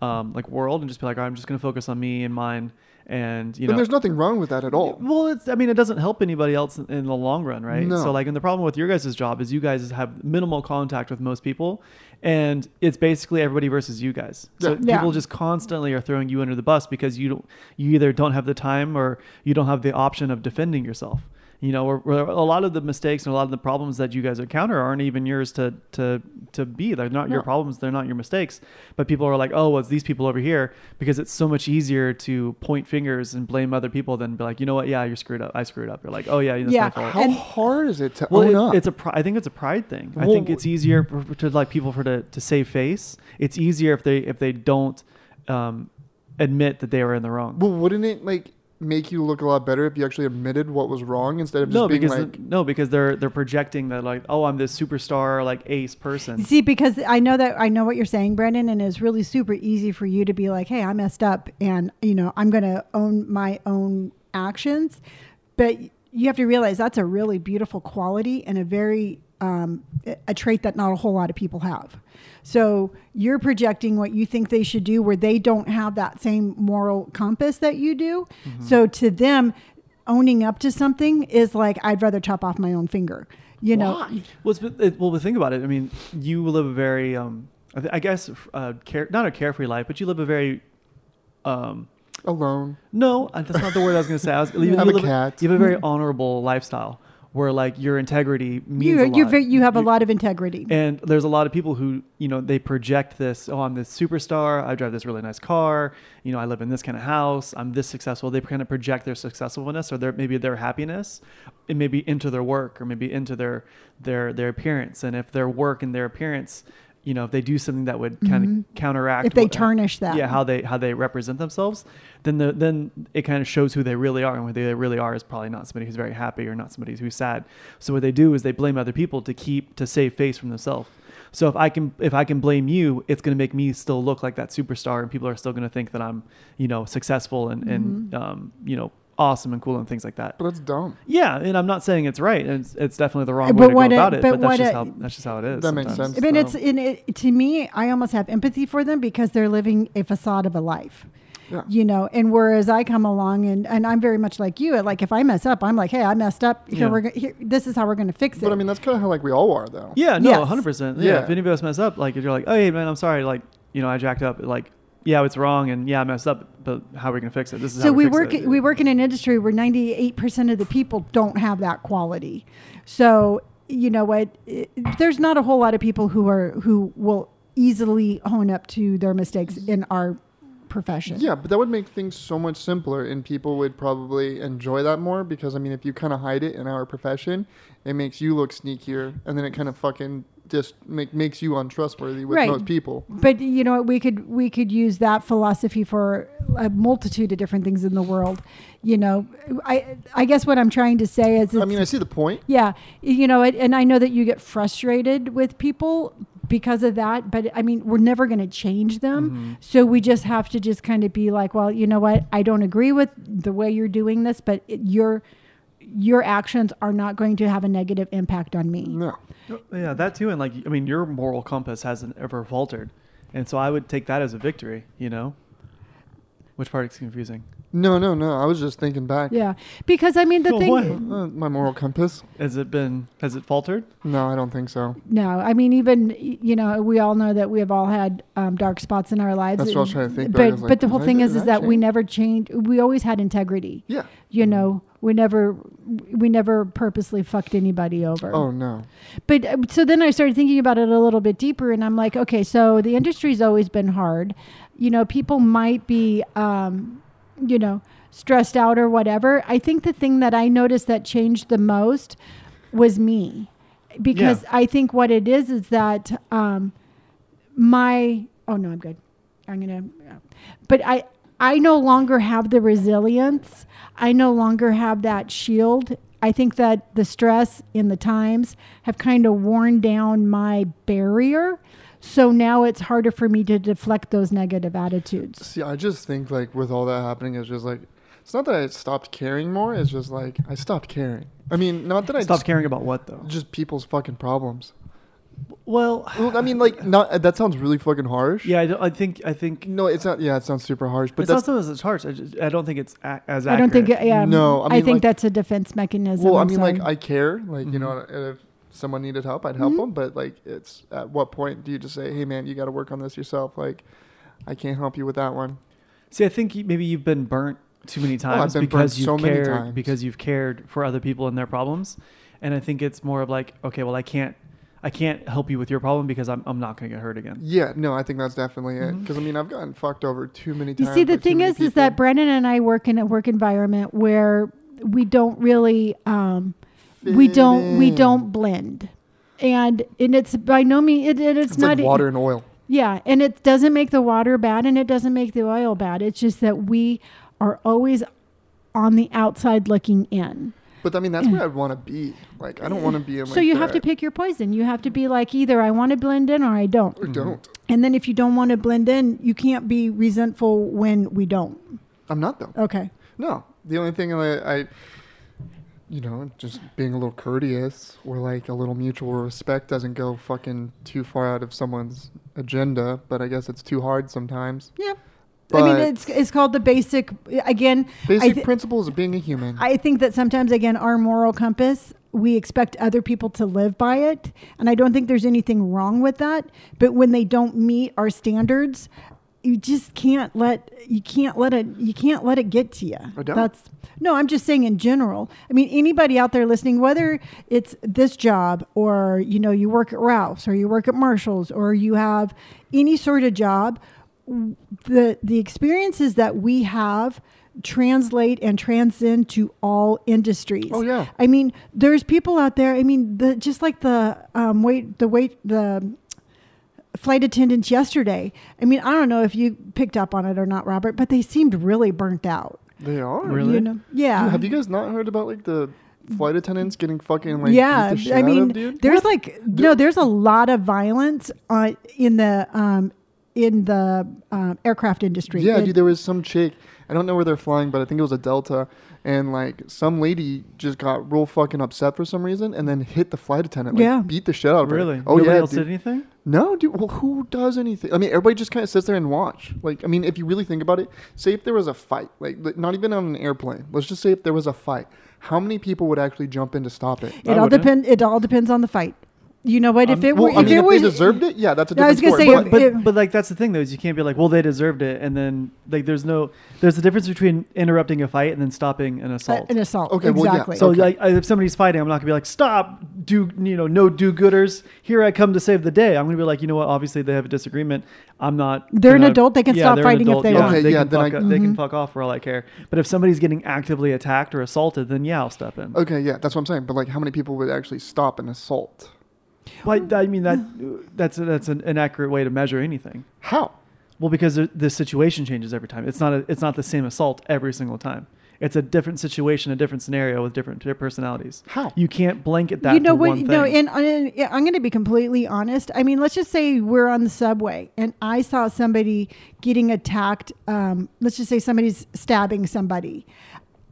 C: um, like world and just be like, All right, I'm just gonna focus on me and mine, and you know,
B: and there's nothing wrong with that at all.
C: Well, it's. I mean, it doesn't help anybody else in, in the long run, right?
B: No.
C: So, like, and the problem with your guys' job is you guys have minimal contact with most people, and it's basically everybody versus you guys. So
B: Yeah.
A: Yeah.
C: people just constantly are throwing you under the bus because you don't. You either don't have the time or you don't have the option of defending yourself. You know, or, or a lot of the mistakes and a lot of the problems that you guys encounter aren't even yours to to to be. They're not your
B: No.
C: problems. They're not your mistakes. But people are like, oh, well, it's these people over here because it's so much easier to point fingers and blame other people than be like, you know what? Yeah, you're screwed up. I screwed up. You're like, oh yeah, that's
A: Yeah.
C: my fault.
B: How
A: And-
B: hard is it to
C: Well,
B: own
C: it-
B: up?
C: it's a. Pri- I think it's a pride thing. I
B: Well,
C: think it's easier for, for- to like people for to, to save face. It's easier if they if they don't um, admit that they were in the wrong.
B: well, wouldn't it like make you look a lot better if you actually admitted what was wrong instead of just
C: no,
B: being
C: because
B: like,
C: no, because they're they're projecting that like, oh, I'm this superstar like ace person.
A: See, because I know that I know what you're saying, Brandon, and it's really super easy for you to be like, "Hey, I messed up, and you know, I'm going to own my own actions." But you have to realize that's a really beautiful quality and a very um, a trait that not a whole lot of people have. So you're projecting what you think they should do, where they don't have that same moral compass that you do.
C: Mm-hmm.
A: So to them, owning up to something is like I'd rather chop off my own finger. You know,
B: Why?
C: Well, it's, been- it, well, but think about it. I mean, you live a very, um, I, th- I guess, uh, care, not a carefree life, but you live a very, um,
B: alone?
C: no, uh, that's not the word I was going to say. I was, you,
B: Have
C: you
B: a
C: live
B: cat.
C: You have a very honorable lifestyle where, like, your integrity means
A: you
C: a lot.
A: you ve- you have a lot of integrity.
C: And there's a lot of people who, you know, they project this, oh, I'm this superstar. I drive this really nice car. You know, I live in this kind of house. I'm this successful. They kind of project their successfulness or their maybe their happiness and maybe into their work or maybe into their their their appearance. And if their work and their appearance, you know, if they do something that would kind of counteract
A: Mm-hmm. if they
C: what-
A: tarnish that.
C: yeah, how they how they represent themselves, then the then it kind of shows who they really are, and who they really are is probably not somebody who's very happy or not somebody who's sad. So what they do is they blame other people to keep to save face from themselves. So if I can if I can blame you, it's going to make me still look like that superstar, and people are still going to think that I'm you know successful and
A: Mm-hmm.
C: and um, you know awesome and cool and things like that.
B: But that's dumb.
C: Yeah, and I'm not saying it's right, and it's, it's definitely the wrong
A: But
C: way to go
A: what it-
C: about it.
A: but
C: But, that's
A: what
C: just
A: it-
C: how that's just how it is.
B: That makes
C: sometimes.
B: sense.
A: I mean, it's
B: though.
A: in it to me. I almost have empathy for them because they're living a facade of a life,
B: Yeah.
A: you know. And whereas I come along and and I'm very much like you. Like if I mess up, I'm like, hey, I messed up. Here
C: Yeah.
A: we're go- here, this is how we're going to fix it.
B: But I mean, that's kind of how like we all are, though.
C: Yeah, no,
A: Yes.
C: hundred percent.
B: Yeah.
C: Yeah, if any of us mess up, like if you're like, oh hey man, I'm sorry, like you know I jacked up, like yeah it's wrong and yeah I messed up, but how are we gonna fix it? This is
A: so
C: how we,
A: we
C: fix
A: work
C: it.
A: we work in an industry where 98% of the people don't have that quality so you know what it, there's not a whole lot of people who are who will easily hone up to their mistakes in our profession
B: Yeah, but that would make things so much simpler, and people would probably enjoy that more because I mean, if you kind of hide it in our profession, it makes you look sneakier, and then it kind of fucking just make, makes you untrustworthy with
A: Right.
B: most people.
A: but you know what we could we could use that philosophy for a multitude of different things in the world you know i i guess what i'm trying to say is it's,
B: I mean, I see the point.
A: yeah you know it, and i know that you get frustrated with people because of that but i mean we're never going to change them
B: Mm-hmm.
A: so we just have to just kind of be like well you know what i don't agree with the way you're doing this but it, you're your actions are not going to have a negative impact on me.
B: No.
C: Yeah, that too. And like, I mean, your moral compass hasn't ever faltered. And so I would take that as a victory, you know? Which part is confusing?
B: No, no, no. I was just thinking back.
A: Yeah, because I mean the
C: Well,
A: thing.
C: what?
B: Uh, my moral compass?
C: Has it been, has it faltered?
B: No, I don't think so.
A: No, I mean even y- you know we all know that we have all had um, dark spots in our lives.
B: That's what I was
A: and-
B: trying to think, but I
A: But
B: was like,
A: but the whole
B: did I-
A: thing
B: did
A: is is
B: I
A: that we
B: change? Mm.
A: never changed. We always had integrity.
B: Yeah.
A: You know, we never we never purposely fucked anybody over.
B: Oh no.
A: But uh, so then I started thinking about it a little bit deeper, and I'm like, okay, so the industry's always been hard. You know, people might be, um, you know, stressed out or whatever. I think the thing that I noticed that changed the most was me, because
C: Yeah.
A: I think what it is is that um, my oh no, I'm good. I'm gonna, but I. I no longer have the resilience. I no longer have that shield. I think that the stress in the times have kind of worn down my barrier. So now it's harder for me to deflect those negative attitudes.
B: See, I just think like with all that happening, it's just like it's not that I stopped caring more. It's just like I stopped caring. I mean, not that I
C: Stop
B: stopped
C: caring about what, though?
B: just people's fucking problems.
C: Well,
B: Well, I mean, like not that sounds really fucking harsh.
C: yeah, I, don't- I think, I think,
B: No, it's not. Yeah, it sounds super harsh, but
C: it's not
B: that's
C: so much as harsh. I, just, I don't think it's a, as accurate.
A: I don't think, yeah,
B: No, I
A: I,
B: mean,
A: think
B: like-
A: that's a defense mechanism.
B: well. I
A: I'm
B: mean,
A: sorry.
B: like I care. Like you
C: Mhm.
B: know,
A: Mm-hmm.
B: if someone needed help, I'd help them. But like, it's at what point do you just say, "Hey, man, you got to work on this yourself"? Like, I can't help you with that one.
C: See, I think you- maybe you've been burnt too many
B: Oh, I've
C: times
B: been burnt
C: because you've
B: so many
C: cared
B: times.
C: because you've cared for other people and their problems, and I think it's more of like, okay, well, I can't, I can't help you with your problem because I'm, I'm not going to get hurt again.
B: Yeah, no, I think that's definitely it.
C: Mhm.
B: Because I mean, I've gotten fucked over too many
A: Mm-hmm. You
B: times.
A: see, the
B: by too
A: thing
B: many
A: is, is that
B: people.
A: Brennan and I work in a work environment where we don't really, um, we
B: Fit
A: don't, we
B: in.
A: don't blend, and and it's by no means, it, it, it's,
B: It's,
A: not e-,
B: like water and oil.
A: Yeah, and it doesn't make the water bad and it doesn't make the oil bad. It's just that we are always on the outside looking in.
B: But I mean, that's where I'd want to be. Like, I don't want to be in. Like
A: so you have to
B: that.
A: pick your poison. You have to be like either I want to blend in or I don't.
B: Or don't.
A: And then if you don't want to blend in, you can't be resentful when we don't.
B: I'm not though.
A: Okay.
B: No, the only thing I, I, you know, just being a little courteous or like a little mutual respect doesn't go fucking too far out of someone's agenda. But I guess it's too hard sometimes.
A: Yeah. I
B: But
A: mean, it's it's called the basic again.
B: basic
A: I thi-
B: principles of being a human.
A: I think that sometimes, again, our moral compass, we expect other people to live by it. And I don't think there's anything wrong with that. But when they don't meet our standards, you just can't let you can't let it you can't let it get to you.
B: I don't.
A: That's no, I'm just saying in general. I mean, anybody out there listening, whether it's this job or you know you work at Ralph's or you work at Marshalls or you have any sort of job, w- the the experiences that we have translate and transcend to all industries.
B: Oh, yeah.
A: I mean, there's people out there. I mean, the just like the um, wait the wait the flight attendants yesterday. I mean, I don't know if you picked up on it or not, Robert, but they seemed really burnt out.
B: they are
C: Really?
A: You know? Yeah.
B: Dude, have you guys not heard about like the flight attendants getting fucking like
A: yeah,
B: beat the shit
A: I mean,
B: out of, dude?
A: there's like no, there's a lot of violence uh, in the um, in the um, aircraft industry.
B: Yeah,
A: It-
B: dude, there was some chick. I don't know where they're flying, but I think it was a Delta, and like some lady just got real fucking upset for some reason, and then hit the flight attendant. Like,
A: Yeah.
B: beat the shit out of her.
C: Really?
B: Oh
C: Nobody
B: yeah,
C: else
B: dude.
C: did anything.
B: No, dude. Well, who does anything? I mean, everybody just kind of sits there and watch. Like, I mean, if you really think about it, say if there was a fight, like li- not even on an airplane. Let's just say if there was a fight, how many people would actually jump in to stop it?
A: it
C: I
A: all
C: wouldn't.
A: depend. It all depends on the fight. You know what? If
C: Um,
A: it were,
B: Well, I
A: if
B: mean,
A: it
B: if
A: was,
B: they deserved it, yeah, that's a
A: Yeah, I was
B: different
A: gonna
B: story.
A: say,
B: but-
C: But,
A: It-
C: but,
A: it-
C: but like that's the thing though is you can't be like well they deserved it and then like there's no there's a difference between interrupting a fight and then stopping an
A: uh,
C: assault.
A: an assault.
B: Okay, well, yeah.
A: exactly.
C: so
B: Okay.
C: like if somebody's fighting, I'm not gonna be like stop do you know no do-gooders here I come to save the day. I'm gonna be like you know what obviously they have a disagreement. I'm not.
A: They're an
C: gonna-
A: adult. They can stop
C: they're an
A: fighting if
C: adult.
A: they
C: yeah,
B: want. Okay,
C: They,
B: yeah,
C: can
B: then
C: fuck,
B: I-
C: up- they can
A: Mhm.
C: fuck off for all I care. But if somebody's getting actively attacked or assaulted, then yeah I'll step in.
B: Okay, yeah, that's what I'm saying. But like, how many people would actually stop an assault?
C: But I mean that that's that's an inaccurate way to measure anything.
B: How?
C: Well, because the- the situation changes every time. It's not a, it's not the same assault every single time. It's a different situation, a different scenario with different t- personalities.
B: How?
C: You can't blanket that.
A: you know
C: to
A: what?
C: One
A: No, and,
C: thing.
A: and yeah, I'm going to be completely honest. I mean, let's just say we're on the subway and I saw somebody getting attacked. Um, let's just say somebody's stabbing somebody.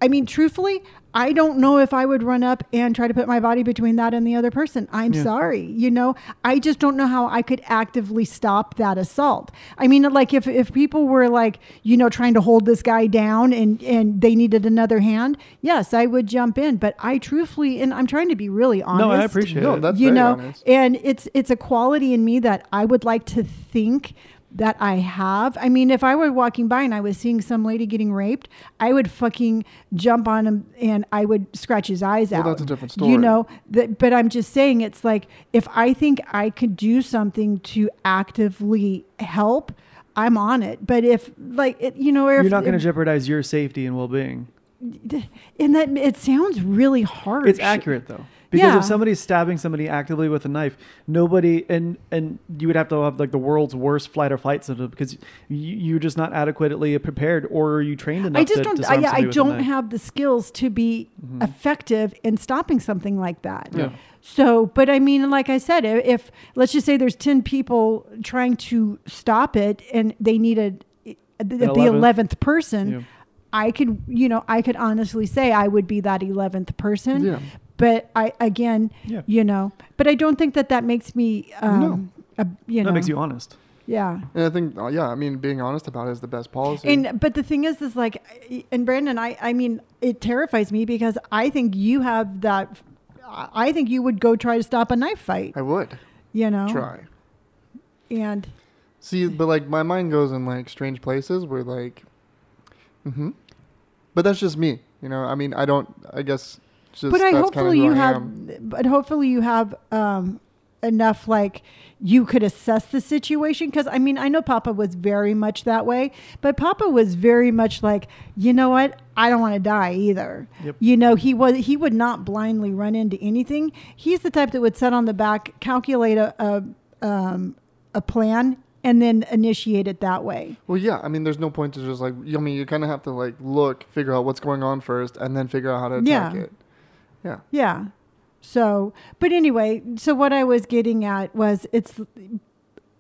A: I mean, truthfully, I don't know if I would run up and try to put my body between that and the other person. I'm
C: Yeah.
A: sorry. You know, I just don't know how I could actively stop that assault. I mean, like if, if people were like, you know, trying to hold this guy down and, and they needed another hand, yes, I would jump in. But I truthfully, and I'm trying to be really honest
C: No, I appreciate
B: No,
C: it.
B: that's
A: you
B: very
A: know
B: honest.
A: and it's it's a quality in me that i would like to think that i have i mean if i were walking by and i was seeing some lady getting raped i would fucking jump on him and i would scratch his eyes
B: Well,
A: out
B: that's a different
A: you
B: story.
A: know that, but i'm just saying it's like if i think i could do something to actively help i'm on it but if like it, you know or
C: You're
A: if,
C: not going to jeopardize your safety and well-being.
A: and that it sounds really hard
C: It's accurate though. Because
A: Yeah.
C: if somebody's stabbing somebody actively with a knife, nobody and and you would have to have like the world's worst flight or flight symptom because you, you're just not adequately prepared or are you trained enough.
A: I just
C: to
A: don't. I,
C: disarm
A: yeah, I
C: somebody with a
A: don't
C: knife. Mm-hmm.
A: have the skills to be effective in stopping something like that.
C: Yeah.
A: So, but I mean, like I said, if, if let's just say there's ten people trying to stop it, and they needed at the
C: eleventh.
A: eleventh person,
C: Yeah.
A: I could, you know, I could honestly say I would be that eleventh person.
B: Yeah.
A: But I again,
C: Yeah.
A: you know, but I don't think that that makes me, um, a, you know,
C: That makes you honest.
A: yeah.
B: And I think, uh, yeah, I mean, being honest about it is the best policy.
A: And but the thing is, is like, and Brandon, I, I mean, it terrifies me because I think you have that. I think you would go try to stop a knife fight.
B: I would
A: You know,
B: try.
A: and
B: See, but like my mind goes in like strange places where like, hmm but that's just me. You know, I mean, I don't. I guess. Just,
A: but I
B: that's kinda
A: hopefully
B: who
A: you
B: I
A: have,
B: am.
A: but hopefully you have um, enough like you could assess the situation because I mean I know Papa was very much that way, but Papa was very much like you know what I don't want to die either.
C: Yep.
A: You know he was he would not blindly run into anything. He's the type that would sit on the back, calculate a a, um, a plan, and then initiate it that way.
B: Well, yeah. I mean, there's no point to just like. I mean, you kind of have to like look, figure out what's going on first, and then figure out how to attack
A: Yeah.
B: it. Yeah.
A: Yeah. So, but anyway, so what I was getting at was it's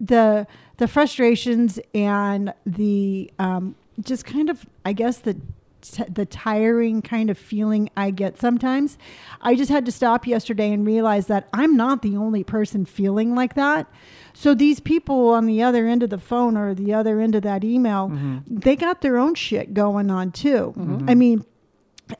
A: the the frustrations and the um, just kind of I guess the t- the tiring kind of feeling I get sometimes. I just had to stop yesterday and realize that I'm not the only person feeling like that. So these people on the other end of the phone or the other end of that email,
C: Mm-hmm.
A: they got their own shit going on too. I mean,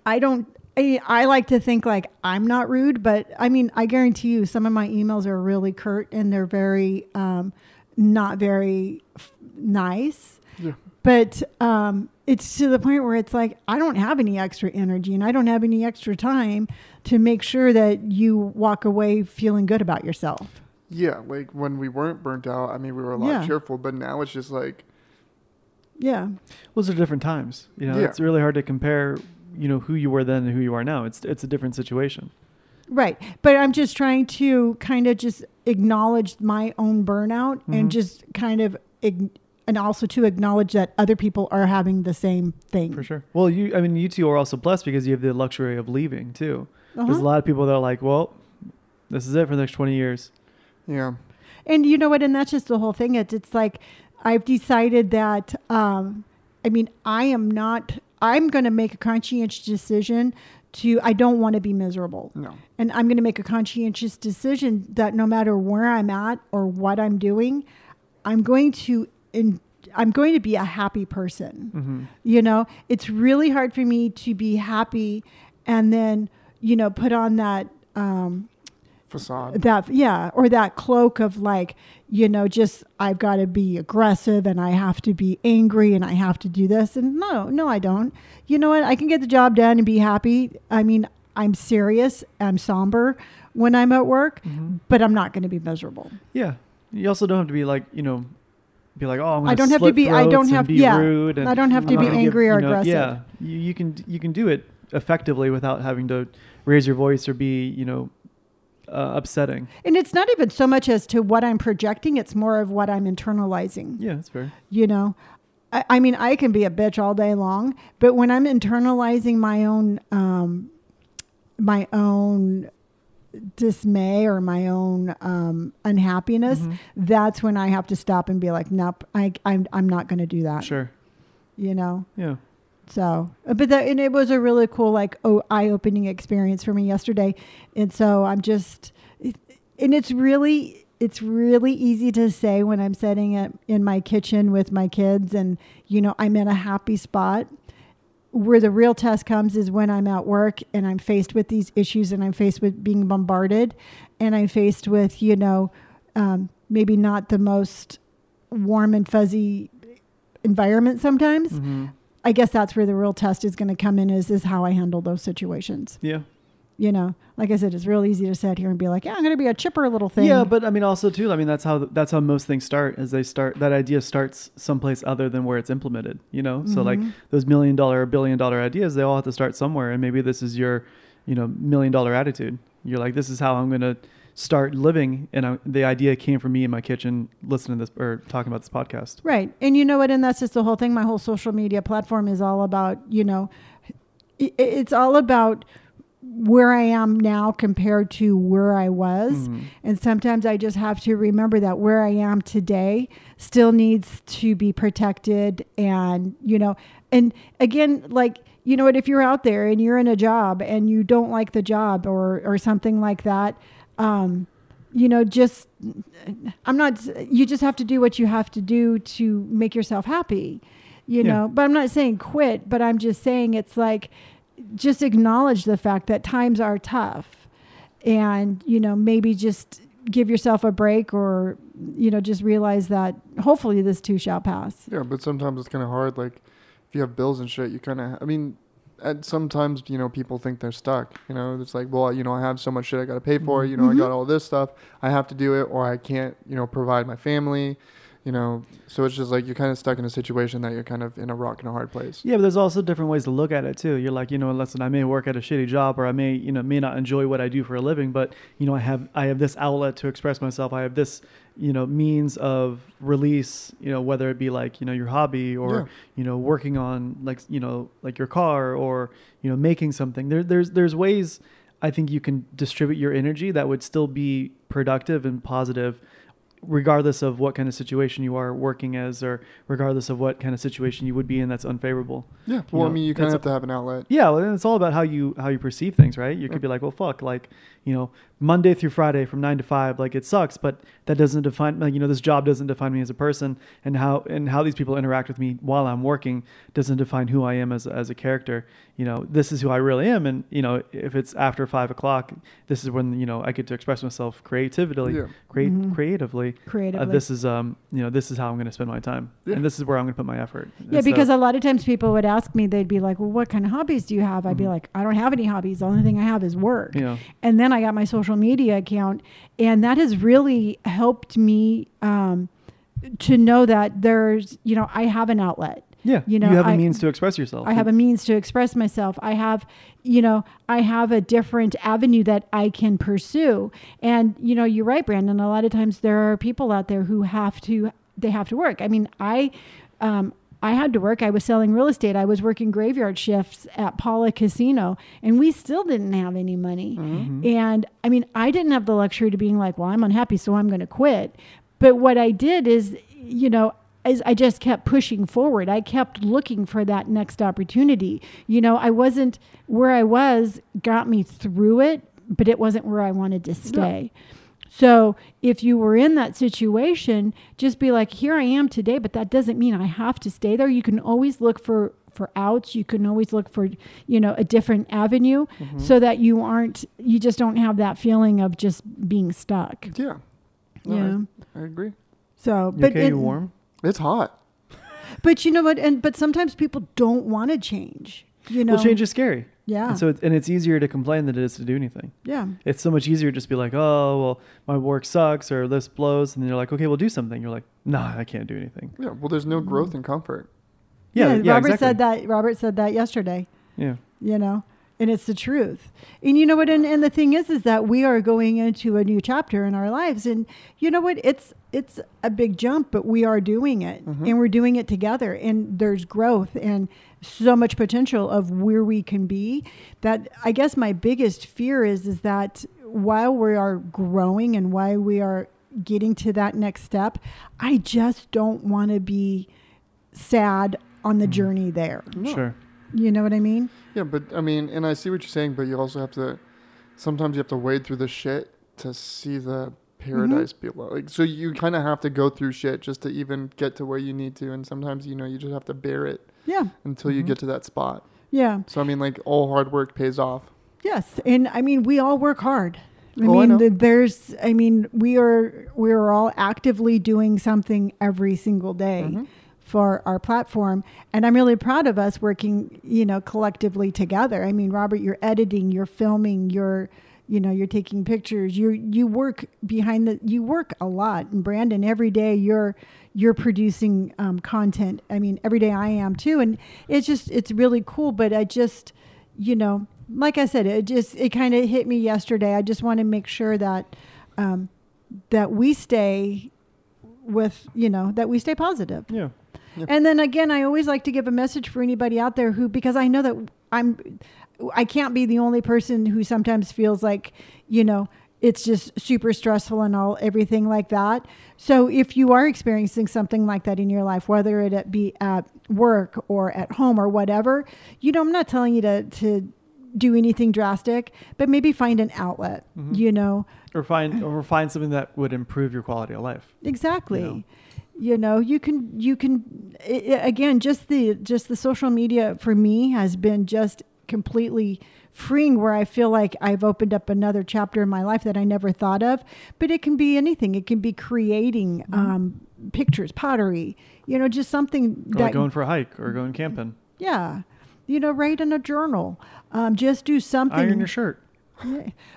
A: I don't. I, I like to think like I'm not rude, but I mean, I guarantee you, some of my emails are really curt and they're very um, not very f- nice.
B: Yeah.
A: But um, it's to the point where it's like I don't have any extra energy and I don't have any extra time to make sure that you walk away feeling good about yourself.
B: Yeah. Like when we weren't burnt out, I mean, we were a lot
A: Yeah.
B: cheerful, but now it's just like.
A: Yeah.
C: Those are different times. You know,
B: Yeah.
C: it's really hard to compare. You know who you were then and who you are now. It's it's a different situation.
A: Right. But I'm just trying to kind of just acknowledge my own burnout
C: Mhm.
A: and just kind of, ign and also to acknowledge that other people are having the same thing.
C: For sure. Well, you, I mean, you two are also blessed because you have the luxury of leaving too. There's
A: Uh-huh.
C: a lot of people that are like, well, this is it for the next 20 years.
B: Yeah.
A: And you know what? And that's just the whole thing. It's, it's like I've decided that, um, I mean, I am not, I'm going to make a conscientious decision to, I don't want to be miserable.
B: No.
A: and I'm going to make a conscientious decision that no matter where I'm at or what I'm doing, I'm going to in, I'm going to be a happy person.
C: Mm-hmm.
A: You know, it's really hard for me to be happy and then, you know, put on that um
B: Facade.
A: that yeah, or that cloak of like, you know, just I've got to be aggressive and I have to be angry and I have to do this and no, no I don't. You know what? I can get the job done and be happy. I mean, I'm serious, I'm somber when I'm at work,
C: Mhm.
A: but I'm not going to be miserable.
C: Yeah. You also don't have to be like, you know, be like, oh, I'm gonna
A: I don't have to
C: slit
A: be- I
C: throats
A: don't
C: and
A: have-
C: be
A: yeah.
C: rude. And
A: I don't have to
C: I'm
A: be
C: not gonna give-
A: angry or
C: you know,
A: aggressive.
C: Yeah. You, you can you can do it effectively without having to raise your voice or be you know uh, upsetting.
A: And it's not even so much as to what I'm projecting, it's more of what I'm internalizing.
C: Yeah, that's fair.
A: you know I, I mean i can be a bitch all day long but when i'm internalizing my own um my own dismay or my own um unhappiness
C: Mhm.
A: that's when i have to stop and be like nope i i'm, I'm not going to do that
C: Sure.
A: you know
C: Yeah.
A: So, uh, but that, and it was a really cool, like, oh, eye opening experience for me yesterday. And so I'm just, it- and it's really, it's really easy to say when I'm sitting at, in my kitchen with my kids and, you know, I'm in a happy spot. Where the real test comes is when I'm at work and I'm faced with these issues and I'm faced with being bombarded and I'm faced with, you know, um, maybe not the most warm and fuzzy environment sometimes.
C: Mhm.
A: I guess that's where the real test is going to come in is is how I handle those situations.
C: Yeah.
A: You know, like I said, it's real easy to sit here and be like, yeah, I'm going to be a chipper little thing.
C: Yeah, but I mean, also too. I mean, that's how that's how most things start. Is they start that idea starts someplace other than where it's implemented. You know, so like
A: Mm-hmm.
C: those million dollar, or billion dollar ideas, they all have to start somewhere. And maybe this is your, you know, million dollar attitude. You're like, this is how I'm gonna start living. And I, the idea came from me in my kitchen, listening to this or talking about this podcast.
A: Right. And you know what? And that's just the whole thing. My whole social media platform is all about, you know, i- it's all about where I am now compared to where I was.
C: Mm-hmm.
A: And sometimes I just have to remember that where I am today still needs to be protected. And, you know, and again, like, you know what, if you're out there and you're in a job and you don't like the job or, or something like that, um, you know, just I'm not. You just have to do what you have to do to make yourself happy, you
C: Yeah.
A: know. But I'm not saying quit. But I'm just saying it's like, just acknowledge the fact that times are tough, and you know maybe just give yourself a break, or you know just realize that hopefully this too shall pass.
B: Yeah, but sometimes it's kind of hard. Like, if you have bills and shit, you kind of. I mean, and sometimes you know people think they're stuck. You know, it's like, well, you know, I have so much shit I got to pay for. You know,
C: Mm-hmm.
B: I got all this stuff. I have to do it, or I can't. You know, provide my family. You know, so it's just like you're kind of stuck in a situation that you're kind of in a rock and a hard place.
C: Yeah, but there's also different ways to look at it too. You're like, you know, listen, I may work at a shitty job, or I may, you know, may not enjoy what I do for a living, but you know, I have I have this outlet to express myself. I have this, you know, means of release. You know, whether it be like you know your hobby or
B: Yeah.
C: you know working on like you know like your car or you know making something. There, there's there's ways I think you can distribute your energy that would still be productive and positive regardless of what kind of situation you are working as or regardless of what kind of situation you would be in that's unfavorable
B: Yeah. Well, I
C: know,
B: mean, you kind of
C: that's
B: have to have an outlet.
C: yeah, well, then it's all about how you how you perceive things, right? You could be like, well, fuck, like you know, Monday through Friday from nine to five, like it sucks, but that doesn't define, like you know, this job doesn't define me as a person, and how and how these people interact with me while I'm working doesn't define who I am as as a character. You know, this is who I really am, and you know, if it's after five o'clock, this is when you know I get to express myself creatively,
B: Yeah.
C: create
A: Mhm.
C: creatively. Uh,
A: Creatively.
C: this is um, you know, this is how I'm going to spend my time,
B: Yeah.
C: and this is where I'm going to put my effort. uh,
A: Yeah,
C: And so-
A: because a lot of times people would ask me, they'd be like, "Well, what kind of hobbies do you have?" I'd be
C: Mhm.
A: like, "I don't have any hobbies. The only thing I have is work."
C: you know,
A: and then I got my social media account, and that has really helped me um, to know that there's, you know, I have an outlet.
C: yeah,
A: You know,
C: you have a
A: I-
C: means to express yourself.
A: I have a means to express myself. I have, you know, I have a different avenue that I can pursue. And you know, you're right, Brandon. A lot of times there are people out there who have to, they have to work. I mean, I, um, I had to work. I was selling real estate. I was working graveyard shifts at Paula Casino, and we still didn't have any money.
C: Mm-hmm.
A: And I mean, I didn't have the luxury to being like, well, I'm unhappy, so I'm going to quit. But what I did is, you know, is I just kept pushing forward. I kept looking for that next opportunity. You know, I wasn't where I was got me through it, but it wasn't where I wanted to stay. So if you were in that situation, just be like, here I am today, but that doesn't mean I have to stay there. You can always look for for outs. You can always look for, you know, a different avenue
C: Mm-hmm.
A: so that you aren't you just don't have that feeling of just being stuck.
B: Yeah. No,
A: Yeah.
B: I, I agree.
A: So
C: You okay,
A: it-
C: you warm.
B: It's hot.
A: But you know what? And but sometimes people don't want to change. You know,
C: Well, change is scary.
A: Yeah,
C: And so, it's, and it's easier to complain than it is to do anything.
A: yeah,
C: It's so much easier to just be like, oh, well, my work sucks or this blows. And then you're like, okay, well, do something. You're like, nah, I can't do anything.
B: Yeah. Well, there's
C: Mm-hmm.
B: no growth in comfort.
C: Yeah. Yeah.
A: Robert
C: exactly.
A: said that. Robert said that yesterday.
C: Yeah.
A: You know, and it's the truth. And you know what? And, and the thing is, is that we are going into a new chapter in our lives. And you know what? It's it's a big jump, but we are doing it,
B: Mhm.
A: and we're doing it together. And there's growth and so much potential of where we can be. That I guess my biggest fear is is that while we are growing and why we are getting to that next step, I just don't want to be sad on the journey there.
B: No.
C: Sure.
A: You know what I mean?
B: Yeah, but I mean, and I see what you're saying, but you also have to. Sometimes you have to wade through the shit to see the paradise below. Like, so you kind of have to go through shit just to even get to where you need to, and sometimes you know you just have to bear it
A: Yeah.
B: until you get to that spot.
A: Yeah.
B: So I mean, like all hard work pays off.
A: Yes, and I mean we all work hard. I
B: Oh, I
A: mean,
B: know.
A: th- there's. I mean, we are we are all actively doing something every single day
B: Mm-hmm.
A: for our platform, and I'm really proud of us working, you know, collectively together. I mean, Robert, you're editing, you're filming, you're, you know, you're taking pictures. You you work behind the. You work a lot, and Brandon, every day you're you're producing um, content. I mean, every day I am too, and it's just it's really cool. But I just you know, like I said, it just it kind of hit me yesterday. I just want to make sure that um, that we stay with you know that we stay positive.
C: Yeah.
A: And then again, I always like to give a message for anybody out there who, because I know that I'm, I can't be the only person who sometimes feels like, you know, it's just super stressful and all everything like that. So if you are experiencing something like that in your life, whether it be at work or at home or whatever, you know, I'm not telling you to to do anything drastic, but maybe find an outlet. You know,
C: Or find or find something that would improve your quality of life.
A: exactly you know you can you can i i- again just the just the social media for me has been just completely freeing where i feel like i've opened up another chapter in my life that i never thought of but it can be anything it can be creating
C: Mm-hmm.
A: um, pictures pottery you know just something
C: Or
A: that
C: going for a hike or going camping.
A: yeah you know write in a journal um, just do something
C: Iron your shirt.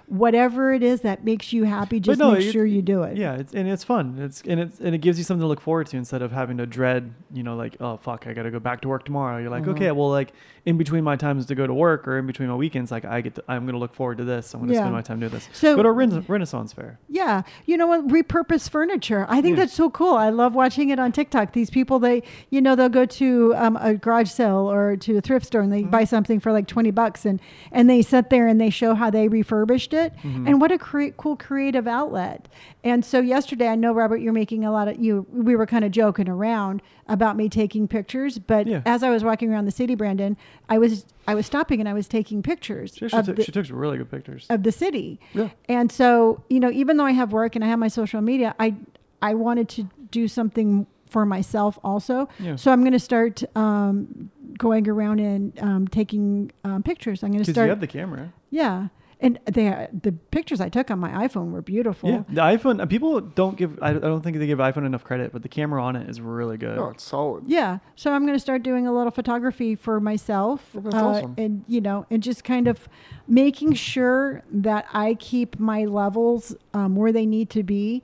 A: whatever it is that makes you happy just
C: no,
A: make
C: it-
A: sure you do it
C: Yeah, it's and it's fun. It's and it's and it gives you something to look forward to instead of having to dread, you know, like, oh fuck, I gotta go back to work tomorrow. You're like,
A: Uh-huh.
C: okay, well like in between my times to go to work or in between my weekends, like I get to, I'm gonna look forward to this. I'm gonna
A: Yeah.
C: spend my time doing this.
A: So-
C: go to a rena- Renaissance fair.
A: Yeah, you know what? Repurpose furniture. I think
C: Yeah.
A: that's so cool. I love watching it on TikTok. These people, they, you know, they'll go to um, a garage sale or to a thrift store and
C: Mm-hmm.
A: they buy something for like twenty bucks, and and they sit there and they show how they refurbished it,
C: Mm-hmm.
A: and what a cre- cool creative outlet. And so yesterday, I know Robert, you're making a lot of you. We were kind of joking around about me taking pictures, but
C: Yeah.
A: as I was walking around the city, Brandon, I was I was stopping and I was taking pictures.
C: She, she,
A: of
C: took,
A: the-
C: she took some really good pictures.
A: of the city.
B: Yeah.
A: And so, you know, even though I have work and I have my social media, I I wanted to do something for myself also.
C: Yeah.
A: So I'm going to start um, going around and um, taking um, pictures. I'm going to
C: Because you
A: start.
C: have the camera.
A: yeah. And they, the pictures I took on my iPhone were beautiful.
C: Yeah, the iPhone. uh, People don't give. I, I don't think they give iPhone enough credit, but the camera on it is really good.
B: Oh, it's solid.
A: Yeah. So I'm going to start doing a little photography for myself. uh,
B: Well, that's awesome.
A: And, you know, and just kind of making sure that I keep my levels um, where they need to be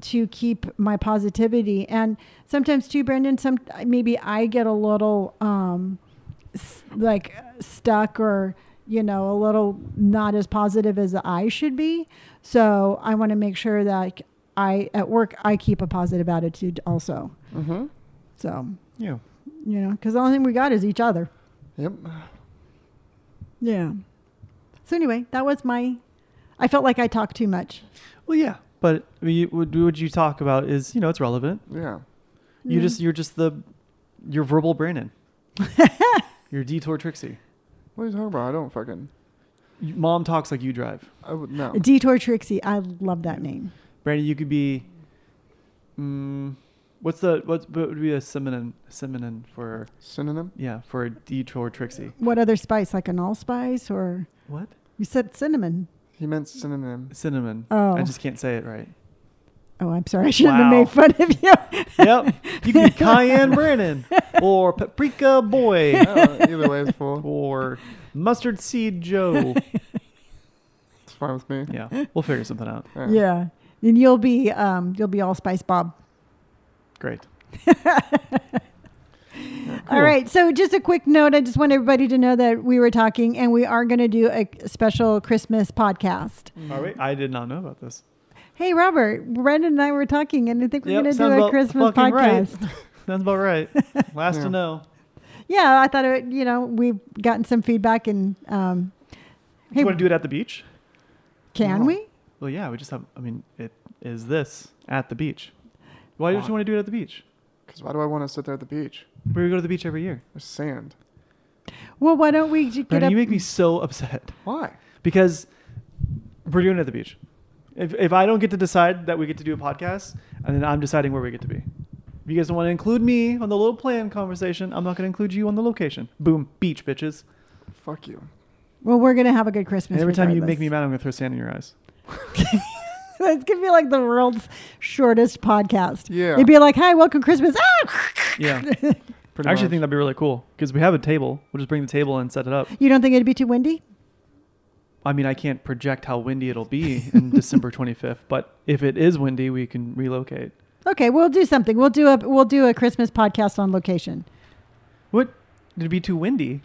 A: to keep my positivity. And sometimes, too, Brendan, some, maybe I get a little um, s- like stuck or, you know, a little not as positive as I should be. So I want to make sure that I, at work, I keep a positive attitude also.
B: Mm-hmm.
A: So
C: Yeah.
A: you know, because the only thing we got is each other.
B: Yep.
A: Yeah. So anyway, that was my. I felt like I talked too much.
C: Well, yeah, but I mean, you- what what you talk about is you know it's relevant.
B: Yeah.
C: You
A: Mm-hmm.
C: just you're just the you're verbal Brandon. you're detour Trixie.
B: What are you talking about? I don't fucking.
C: You- Mom talks like you drive.
B: I would no.
A: Detour Trixie. I love that name.
C: Brandon, you could be. Mm, what's the what's, what would be a synonym synonym for
B: Synonym.
C: yeah for a detour Trixie?
A: What other spice? Like an allspice or
C: What
A: you said cinnamon?
B: He meant synonym.
C: cinnamon?
A: Oh.
C: I just can't say it right.
A: Oh, I'm sorry. I shouldn't have
C: Wow.
A: made fun of you.
C: yep, you could be cayenne Brandon or paprika boy
B: Oh, either way, it's full.
C: or mustard seed Joe.
B: It's fine with me.
C: Yeah, we'll figure something out.
B: Yeah.
A: yeah. And you'll be um, you'll be allspice Bob.
C: Great.
A: All right. So, just a quick note. I just want everybody to know that we were talking, and we are going to do a special Christmas podcast.
C: Are
B: Mm-hmm.
C: we? I did not know about this.
A: Hey, Robert, Brandon and I were talking, and I think we're
C: Yep,
A: going to do
C: sounds
A: a
C: about
A: Christmas
C: fucking right.
A: podcast.
C: Sounds about right. Last
B: Yeah.
C: to know.
A: Yeah, I thought, it, you know, we've gotten some feedback, and um,
C: Do
A: hey,
C: you want to do it at the beach?
A: can
B: No.
A: we?
C: Well, yeah. We just have. I mean, it is this at the beach. Why don't
B: Why?
C: you want to do it at the beach?
B: Because why do I want to sit there at the beach?
C: We go to the beach every year.
B: There's sand.
A: Well, why don't we j- get
C: Brandon,
A: up?
C: you make me so upset
B: Why?
C: because we're doing it at the beach. If, if I don't get to decide that we get to do a podcast, and then I'm deciding where we get to be. If you guys don't want to include me on the little plan conversation, I'm not going to include you on the location. Boom, beach, bitches.
B: Fuck you.
A: well, we're gonna have a good Christmas.
C: And every time you make me
A: regardless.
C: mad, I'm going to throw sand in your eyes.
A: That's gonna be like the world's shortest podcast.
B: Yeah.
A: It'd be like, "Hi, welcome Christmas." Ah!
C: Yeah.
B: Pretty
C: I actually
B: much.
C: think that'd be really cool because we have a table. We'll just bring the table and set it up.
A: You don't think it'd be too windy?
C: I mean, I can't project how windy it'll be in December 25th, but if it is windy, we can relocate.
A: Okay, we'll do something. We'll do a we'll do a Christmas podcast on location.
C: What? It'd be too windy.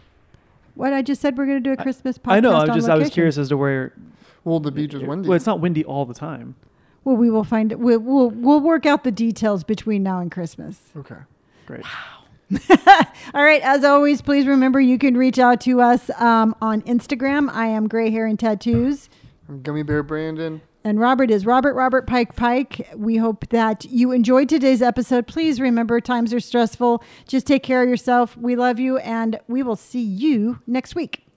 A: What I just said, we're gonna do a
C: I-
A: Christmas podcast.
C: I know. I
A: on
C: was just I was
A: location.
C: curious as to where
B: well, the beach is windy.
C: Well, it's not windy all the time.
A: Well, we will find we'll, we'll we'll work out the details between now and Christmas.
B: okay.
C: Great.
A: All right. As always, please remember you can reach out to us um, on Instagram. I am Gray Hair and Tattoos.
B: I'm Gummy Bear Brandon.
A: And Robert is Robert, Robert Pike Pike. We hope that you enjoyed today's episode. Please remember times are stressful. Just take care of yourself. We love you, and we will see you next week.